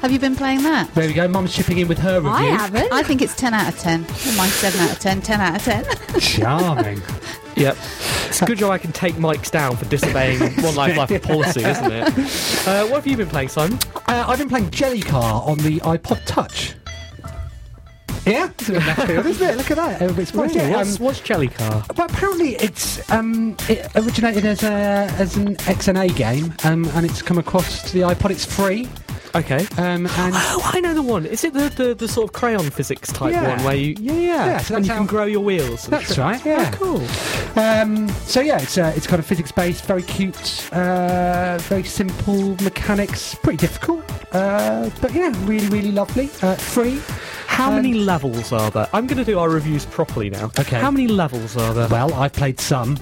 Have you been playing that? There we go. Mum's chipping in with her review. I haven't. I think it's 10 out of 10. Well, Mine's 7 out of 10, 10 out of 10. Charming. Yep. It's a good job I can take mics down for disobeying One Life Life policy, isn't it? Uh, what have you been playing, Simon? uh, I've been playing Jelly Car on the iPod Touch. Yeah, it's a bit left field, isn't it? Look at that. Uh, it's right, yeah, what's, um, what's Jelly Car? but apparently, it's um, it originated as a as an XNA game, um, and it's come across to the iPod. It's free, Okay. um, and Oh, I know the one. Is it the, the, the sort of crayon physics type Yeah. one where you yeah yeah, Yeah, so and that's you can how- grow your wheels? and That's shit? right, yeah. Oh, cool. Um, so yeah, it's uh, it's kind of physics based, very cute, uh, very simple mechanics, pretty difficult, uh, but yeah, really really lovely, uh, free. How Um, many levels are there? I'm going to do our reviews properly now. Okay. How many levels are there? Well, I've played some,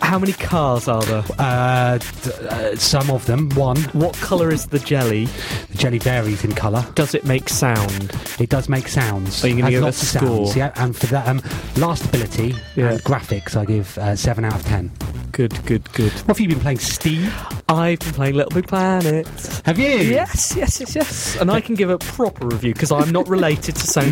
How many cars are there? uh, d- uh, some of them. One, What colour is the jelly? the jelly varies in colour. Does it make sound? It does make sounds. Are you gonna Has give it a lots of score? sounds. Yeah, and for that, um, last ability Yeah. and graphics, I give uh, seven out of ten. Good, good, good. What have you been playing, Steve? I've been playing Little Big Planet. Have you? Yes, yes, yes, yes. And I can give a proper review because I'm not related to Sony's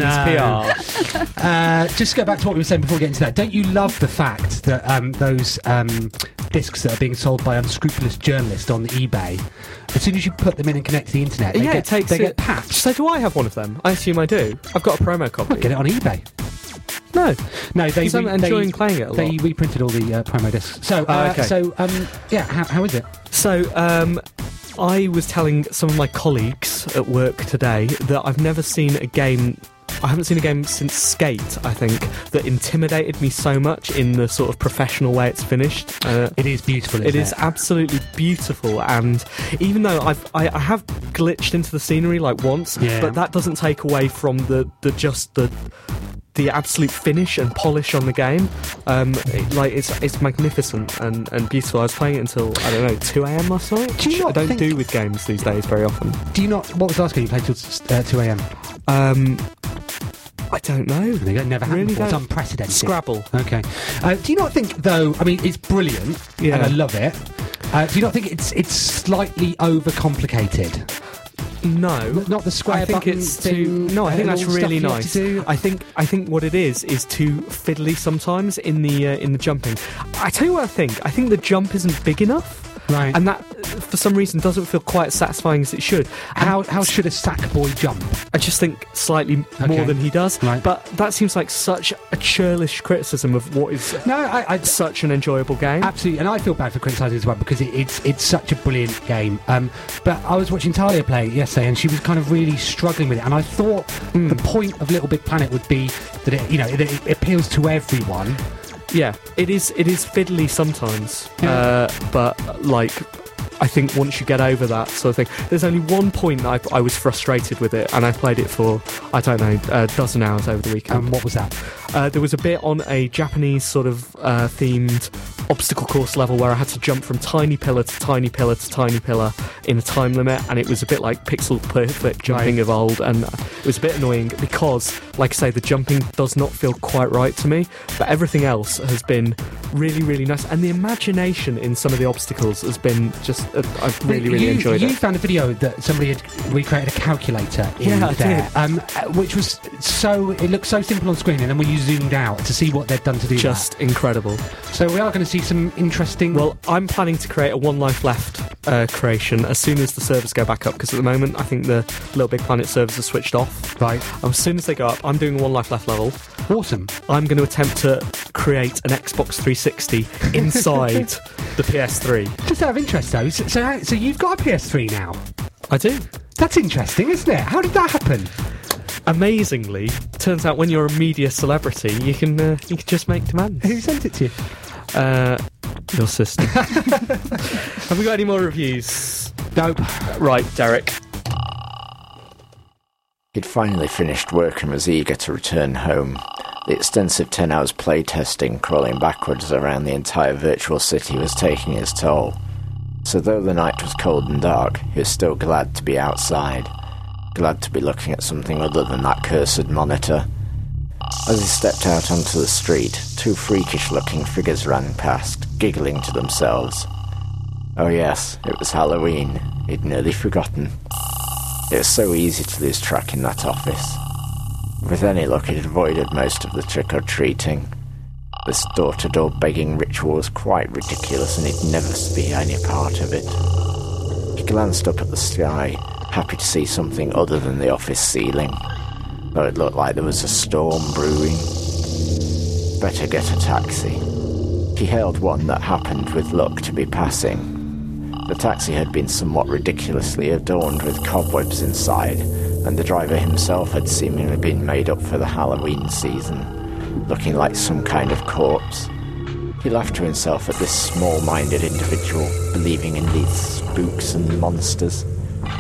No. PR. Uh, just go back to what we were saying before we get into that. Don't you love the fact that um, those um, discs that are being sold by unscrupulous journalists on eBay, as soon as you put them in and connect to the internet, they yeah, get, it takes. they it- get patched. So do I have one of them? I assume I do. I've got a promo copy. Get it on eBay. No. No, they. Because I'm re- enjoying they, playing it a They lot. reprinted all the uh, promo discs. So, uh, Oh, okay. so um, yeah. How, how is it? So, um, I was telling some of my colleagues at work today that I've never seen a game. I haven't seen a game since Skate, I think, that intimidated me so much in the sort of professional way it's finished. Uh, It is beautiful. it is absolutely beautiful, and even though I've, I, I have glitched into the scenery like once, Yeah. but that doesn't take away from the, the just the the absolute finish and polish on the game. Um, it- like it's it's magnificent and, and beautiful. I was playing it until I don't know two a.m. last night. Do you which I not don't think- do with games these days very often. Do you not? What was the last game you played till s- uh, two a.m.? Um, I don't know. They never happened Really before. It's don't- unprecedented. Scrabble. Okay. Uh, do you not think, though? I mean, it's brilliant, Yeah. and I love it. Uh, do you not think it's it's slightly overcomplicated? No, Not the square I think button it's thing, too. No, I uh, think that's all the stuff really you have nice. to do. I think I think what it is is too fiddly sometimes in the uh, in the jumping. I tell you what I think. I think the jump isn't big enough, Right. and that uh, for some reason doesn't feel quite as satisfying as it should. How And how should a sack boy jump? I just think slightly more Okay. than he does. Right. But that seems like such a churlish criticism of what is No, I, I such an enjoyable game. absolutely, and I feel bad for criticising this one because it, it's it's such a brilliant game. Um, but I was watching Talia play it yesterday, and she was kind of really struggling with it. And I thought Hmm. the point of Little Big Planet would be that it you know that it appeals to everyone. yeah, it is. It is fiddly sometimes, Yeah. uh, but like I think once you get over that sort of thing, there's only one point that I, I was frustrated with it, and I played it for I don't know a dozen hours over the weekend. And Um, what was that? Um, Uh, there was a bit on a Japanese sort of uh, themed obstacle course level where I had to jump from tiny pillar to tiny pillar to tiny pillar in a time limit, and it was a bit like pixel perfect jumping of old, and it was a bit annoying because, like I say, the jumping does not feel quite right to me, but everything else has been really, really nice, and the imagination in some of the obstacles has been just uh, I've really, really you, enjoyed you it. found a video that somebody had recreated a calculator in Yeah, I there, did. Um, uh, which was so it looked so simple on screen, and then when you zoomed out to see what they'd done to do Just incredible. that. So we are going to see some interesting. Well, I'm planning to create a One Life Left uh, creation as soon as the servers go back up, because at the moment I think the Little Big Planet servers are switched off. right, As soon as they go up, I'm doing a One Life Left level. awesome. I'm going to attempt to create an Xbox 360 inside the PS3. Just out of interest, though, so so, how- so you've got a PS3 now. I do. That's interesting, isn't it? How did that happen? Amazingly, turns out when you're a media celebrity, you can uh, you can just make demands. Who sent it to you? Uh, your sister. Have we got any more reviews? Nope. Right, Derek. He'd finally finished work and was eager to return home. The extensive 10 hours playtesting, crawling backwards around the entire virtual city, was taking its toll. So, though the night was cold and dark, he was still glad to be outside, glad to be looking at something other than that cursed monitor. As he stepped out onto the street, two freakish looking figures ran past, giggling to themselves. Oh, yes, it was Halloween. He'd nearly forgotten. It was so easy to lose track in that office. With any luck, he'd avoided most of the trick or treating. This door to door begging ritual was quite ridiculous, and he'd never be any part of it. He glanced up at the sky, happy to see something other than the office ceiling, though it looked like there was a storm brewing. Better get a taxi. He hailed one that happened with luck to be passing, the taxi had been somewhat ridiculously adorned with cobwebs inside, and the driver himself had seemingly been made up for the Halloween season, looking like some kind of corpse. He laughed to himself at this small minded individual, believing in these spooks and monsters.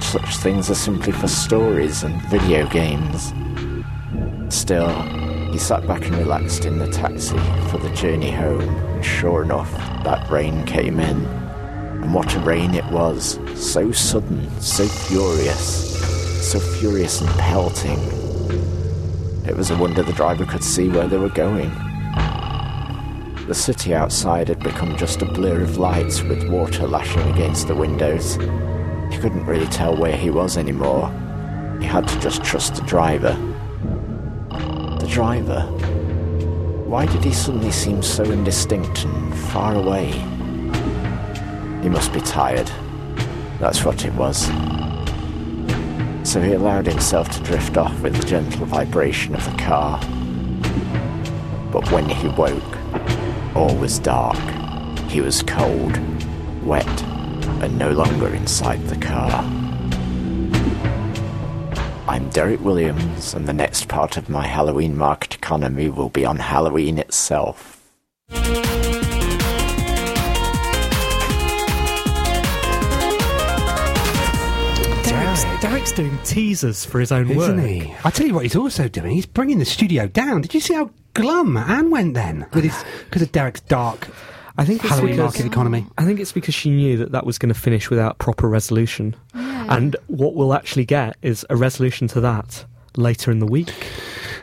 Such things are simply for stories and video games. Still, he sat back and relaxed in the taxi for the journey home, and sure enough, that rain came in. And what a rain it was! So sudden, so furious, so furious and pelting. It was a wonder the driver could see where they were going. The city outside had become just a blur of lights with water lashing against the windows. He couldn't really tell where he was anymore. He had to just trust the driver. The driver? Why did he suddenly seem so indistinct and far away? He must be tired. That's what it was. So he allowed himself to drift off with the gentle vibration of the car. But when he woke, all was dark. He was cold, wet, and no longer inside the car. I'm Derek Williams, and the next part of my Halloween market economy will be on Halloween itself. Derek's, Derek's doing teasers for his own work. Isn't he? I tell you what, he's also doing. He's bringing the studio down. Did you see how glum Anne went then with his because of Derek's dark I think it's Halloween because, market economy? I think it's because she knew that that was going to finish without proper resolution. And what we'll actually get is a resolution to that later in the week.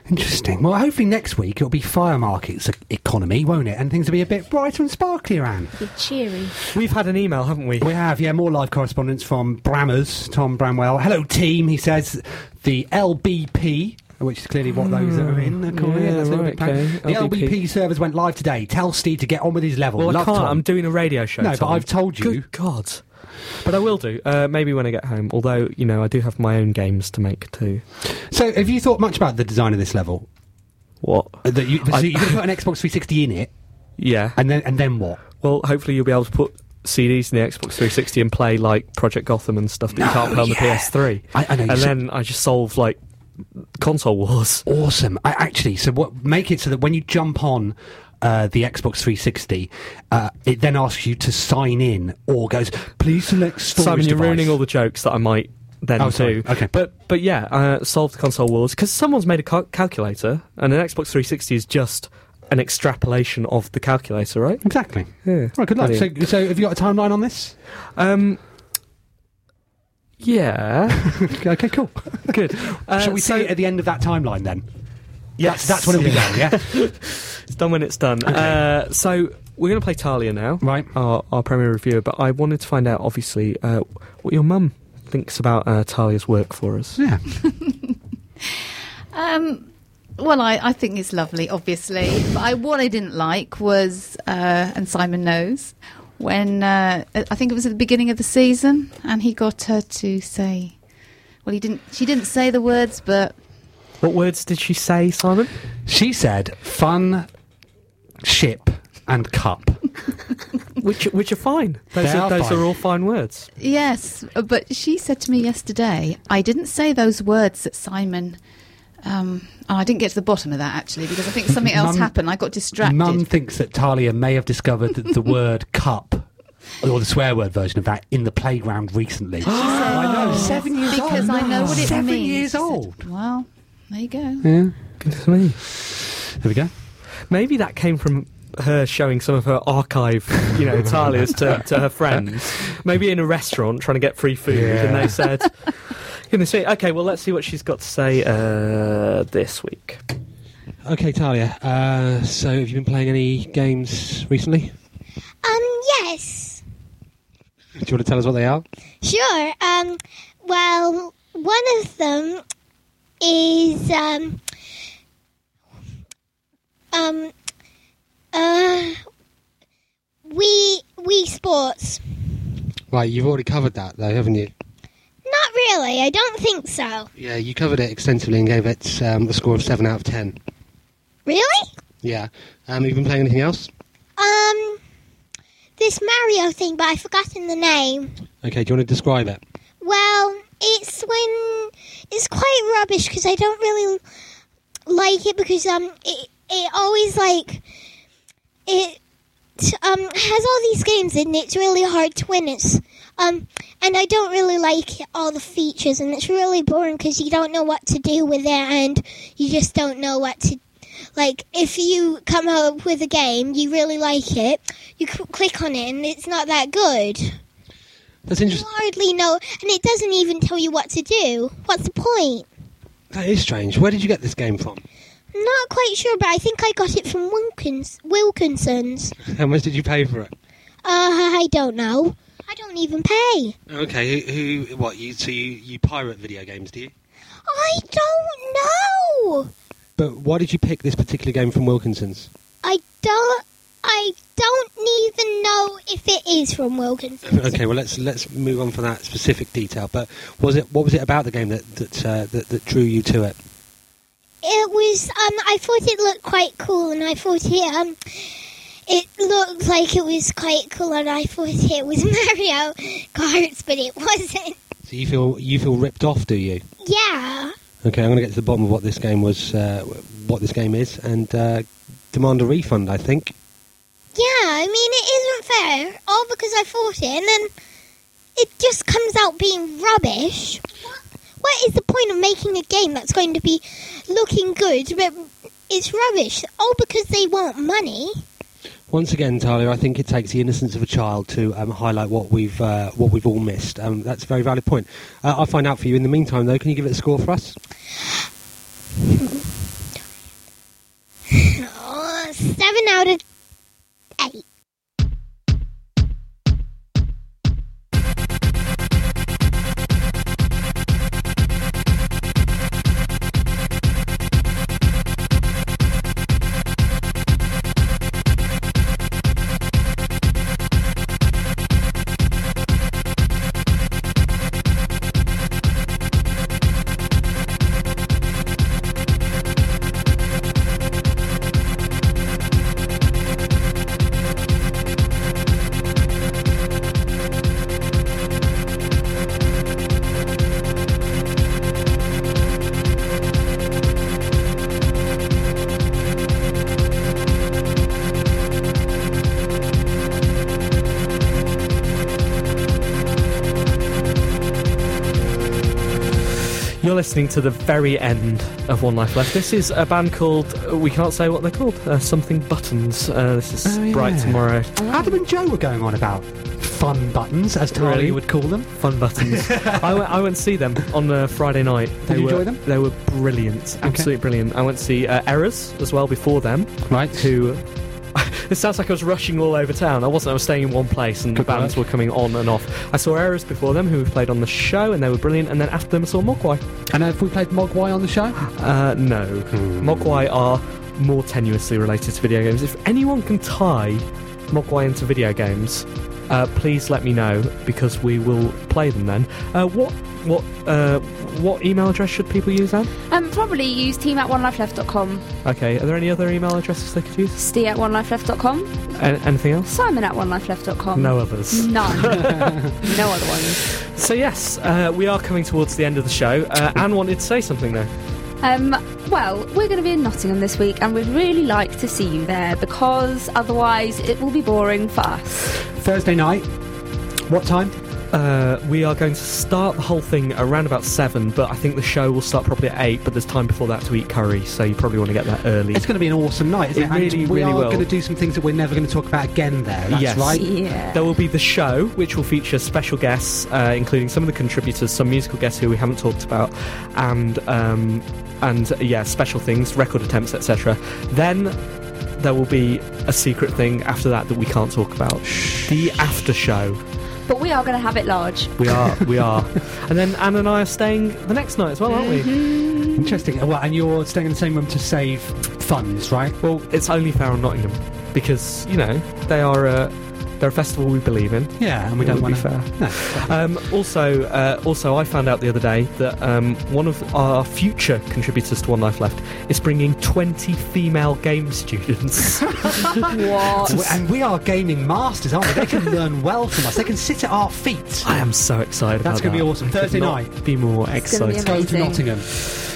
Interesting. Well, hopefully next week it'll be fire markets e- economy, won't it? And things will be a bit brighter and sparklier, Anne. Be cheery. We've had an email, haven't we? We have, yeah, more live correspondence from Brammers, Tom Bramwell. Hello, team. He says the LBP. Which is clearly what those that are in. Are calling Yeah, it. That's a little right, bit plain. okay. The LBP. LBP servers went live today. Tell Steve to get on with his level. Well, I Love can't. Tom. I'm doing a radio show. No, but Tom. I've told you. Good God. But I will do. Uh, maybe when I get home. Although, you know, I do have my own games to make too. So, have you thought much about the design of this level? Uh, What? That you, so I- you're going to put an Xbox 360 in it, Yeah. and then and then what? Well, hopefully you'll be able to put CDs in the Xbox 360 and play like Project Gotham and stuff that you can't play on the Oh, yeah. PS3. I- I know, you And said- then I just solve like console wars. Awesome. I, actually, so what? Make it so that when you jump on uh, the Xbox 360, uh, it then asks you to sign in or goes, please select storage Simon, you're device. ruining all the jokes that I might then Oh, do. sorry. Okay. But but yeah, uh, solve the console wars because someone's made a cal- calculator, and an Xbox 360 is just an extrapolation of the calculator, right? Exactly. Yeah. Right, good luck. So, Brilliant. so have you got a timeline on this? Um. Yeah. okay, cool. Good. Shall we see it at the end of that timeline then? uh, Yes, That's- that's when it'll be done, yeah? it's done when it's done. Uh, so we're going to play Talia now, right? Our, our premier reviewer. But I wanted to find out, obviously, uh, what your mum thinks about uh, Talia's work for us. Yeah. Um, well, I, I think it's lovely, obviously. But I, what I didn't like was, uh, and Simon knows, when uh, I think it was at the beginning of the season, and he got her to say, well, he didn't. She didn't say the words, but What words did she say, Simon? She said fun, ship, and cup. which which are fine. Those, They are, are those fine. are all fine words. Yes, but she said to me yesterday, I didn't say those words that Simon. Um, oh, I didn't get to the bottom of that actually because I think something else Mum- happened. I got distracted. Mum thinks that Talia may have discovered that the word cup, or the swear word version of that, in the playground recently. Oh, I know. Seven years old. because I know what it Seven means. years She said, old. well, there you go. Yeah. Goodness me. There we go. Maybe that came from her showing some of her archive, you know, Talia's to, to her friends. Maybe in a restaurant trying to get free food, and Yeah. they said, "Goodness me." Okay, well, let's see what she's got to say uh, this week. Okay, Talia. Uh, so, have you been playing any games recently? Um, yes. Do you want to tell us what they are? Sure. Um, well, one of them is, um, um, uh, Wii, Wii Sports. Right, you've already covered that, though, haven't you? Not really. I don't think so. Yeah, Uh, you covered it extensively and gave it um, a score of seven out of ten. Really? Yeah. Um, have you been playing anything else? Um, this Mario thing, but I've forgotten the name. Okay, do you want to describe it? Well, it's when it's quite rubbish because I don't really like it because um it it always like it um has all these games and it's really hard to win. It's um and I don't really like it, all the features and it's really boring because you don't know what to do with it and you just don't know what to like if you come up with a game you really like it you c- click on it and it's not that good That's interesting. you hardly know, and it doesn't even tell you what to do. What's the point? That is strange. Where did you get this game from? I'm not quite sure, but I think I got it from Wilkins, Wilkinson's. How much did you pay for it? Uh, I don't know. I don't even pay. Okay, who, who what, you, so you, you pirate video games, do you? I don't know. But why did you pick this particular game from Wilkinson's? I don't. I don't even know if it is from Wilkinson's. Okay, well let's let's move on from that specific detail. But was it what was it about the game that that uh, that, that drew you to it? It was. Um, I thought it looked quite cool, and I thought it. Um, it looked like it was quite cool, and I thought it was Mario Karts, but it wasn't. So you feel you feel ripped off, do you? Yeah. Okay, I'm going to get to the bottom of what this game was, uh, what this game is, and uh, demand a refund. I think. Yeah, I mean, it isn't fair. All because I fought it, and then it just comes out being rubbish. What, what is the point of making a game that's going to be looking good, but it's rubbish? All because they want money. Once again, Talia, I think it takes the innocence of a child to um, highlight what we've uh, what we've all missed. Um, that's a very valid point. Uh, I'll find out for you. In the meantime, though, can you give it a score for us? Oh, seven out of eight. You're listening to the very end of One Life Left. This is a band called, uh, we can't say what they're called, uh, something Buttons. Uh, this is Bright Tomorrow. Oh, Adam and Joe were going on about fun buttons, as Tali Really? would call them. Fun buttons. I, went, I went to see them on uh, Friday night. Did you were, enjoy them? They were brilliant, absolutely brilliant. I went to see uh, Errors as well before them. Right. Who? it sounds like I was rushing all over town. I wasn't. I was staying in one place, and the bands were coming on and off. I saw Errors before them, who we played on the show, and they were brilliant. And then after them, I saw Mogwai. And have we played Mogwai on the show? Uh, no. Mogwai are more tenuously related to video games. If anyone can tie Mogwai into video games, uh, please let me know because we will play them then. Uh, what what uh, what email address should people use, Anne? Um, probably use team at onelifeleft.com, Okay, are there any other email addresses they could use? stee at onelifeleft.com, A- anything else? simon at onelifeleft.com. No others. None. no other ones. So, yes, uh, we are coming towards the end of the show. Uh, Anne wanted to say something, though. Um, well, we're going to be in Nottingham this week, and we'd really like to see you there because otherwise it will be boring for us. Thursday night. What time? Uh, we are going to start the whole thing around about seven, but I think the show will start probably at eight. But there's time before that to eat curry, so you probably want to get that early. It's going to be an awesome night, isn't It it? And really, we really are will. going to do some things that we're never going to talk about again there. That's yes. right. There will be the show, which will feature special guests, uh, including some of the contributors, some musical guests who we haven't talked about, and um, and uh, yeah, special things, record attempts, etc. Then there will be a secret thing after that that we can't talk about. The after show. But we are going to have it large. We are, we are, and then Anne and I are staying the next night as well, aren't we? Interesting. Well, and you're staying in the same room to save funds, right? Well, it's only fair on Nottingham because you know they are a they're a festival we believe in. Yeah, and we It don't would want be fair. Um, also, uh, also, I found out the other day that um, one of our future contributors to One Life Left is bringing twenty female game students. what? And we are gaming masters, aren't we? They can learn well from us. They can sit at our feet. I am so excited. That's about going to be that. awesome. I could Thursday not night. Be more Go excited. to Nottingham.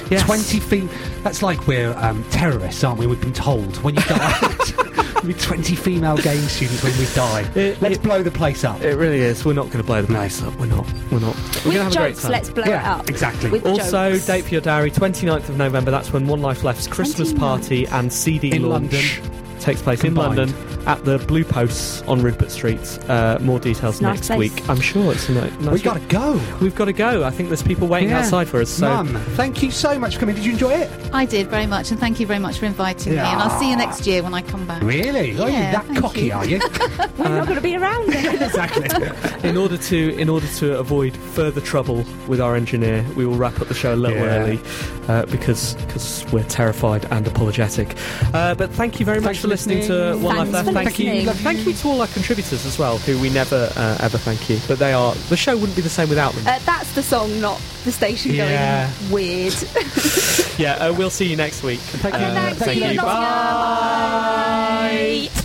Yes. 20 feet. That's like we're um, terrorists, aren't we? We've been told when you die. There'll be 20 female game students when we die. Let's blow the place up. It really is. We're not going to blow the place up. We're not. We're not. We're going to have a great With jokes, time. let's blow Yeah, it up. exactly. With also, jokes. date for your diary, 29th of November. That's when One Life Left's Christmas 29th. party and CD In launch takes place Combined. in London at the Blue Posts on Rupert Street. Uh, more details It's a nice next place. week. I'm sure it's a ni- nice. We've got to go. to. We've got to go. I think there's people waiting Yeah. outside for us. So. Mum, thank you so much for coming. Did you enjoy it? I did very much, and thank you very much for inviting me. And I'll see you next year when I come back. Really? are you Yeah, that thank cocky, you. are you? We're not going to be around. exactly. in order to in order to avoid further trouble with our engineer, we will wrap up the show a little Yeah. early uh, because because we're terrified and apologetic. Uh, but thank you very much Thanks for for listening, to listening. One Life Thanks Left. for Thank you, listening. thank you to all our contributors as well, who we never uh, ever thank you. But they are the show wouldn't be the same without them. Uh, that's the song, not the station Yeah. going weird. yeah, uh, we'll see you next week. Thank Okay, thanks. See you Bye. in Nottingham. Bye.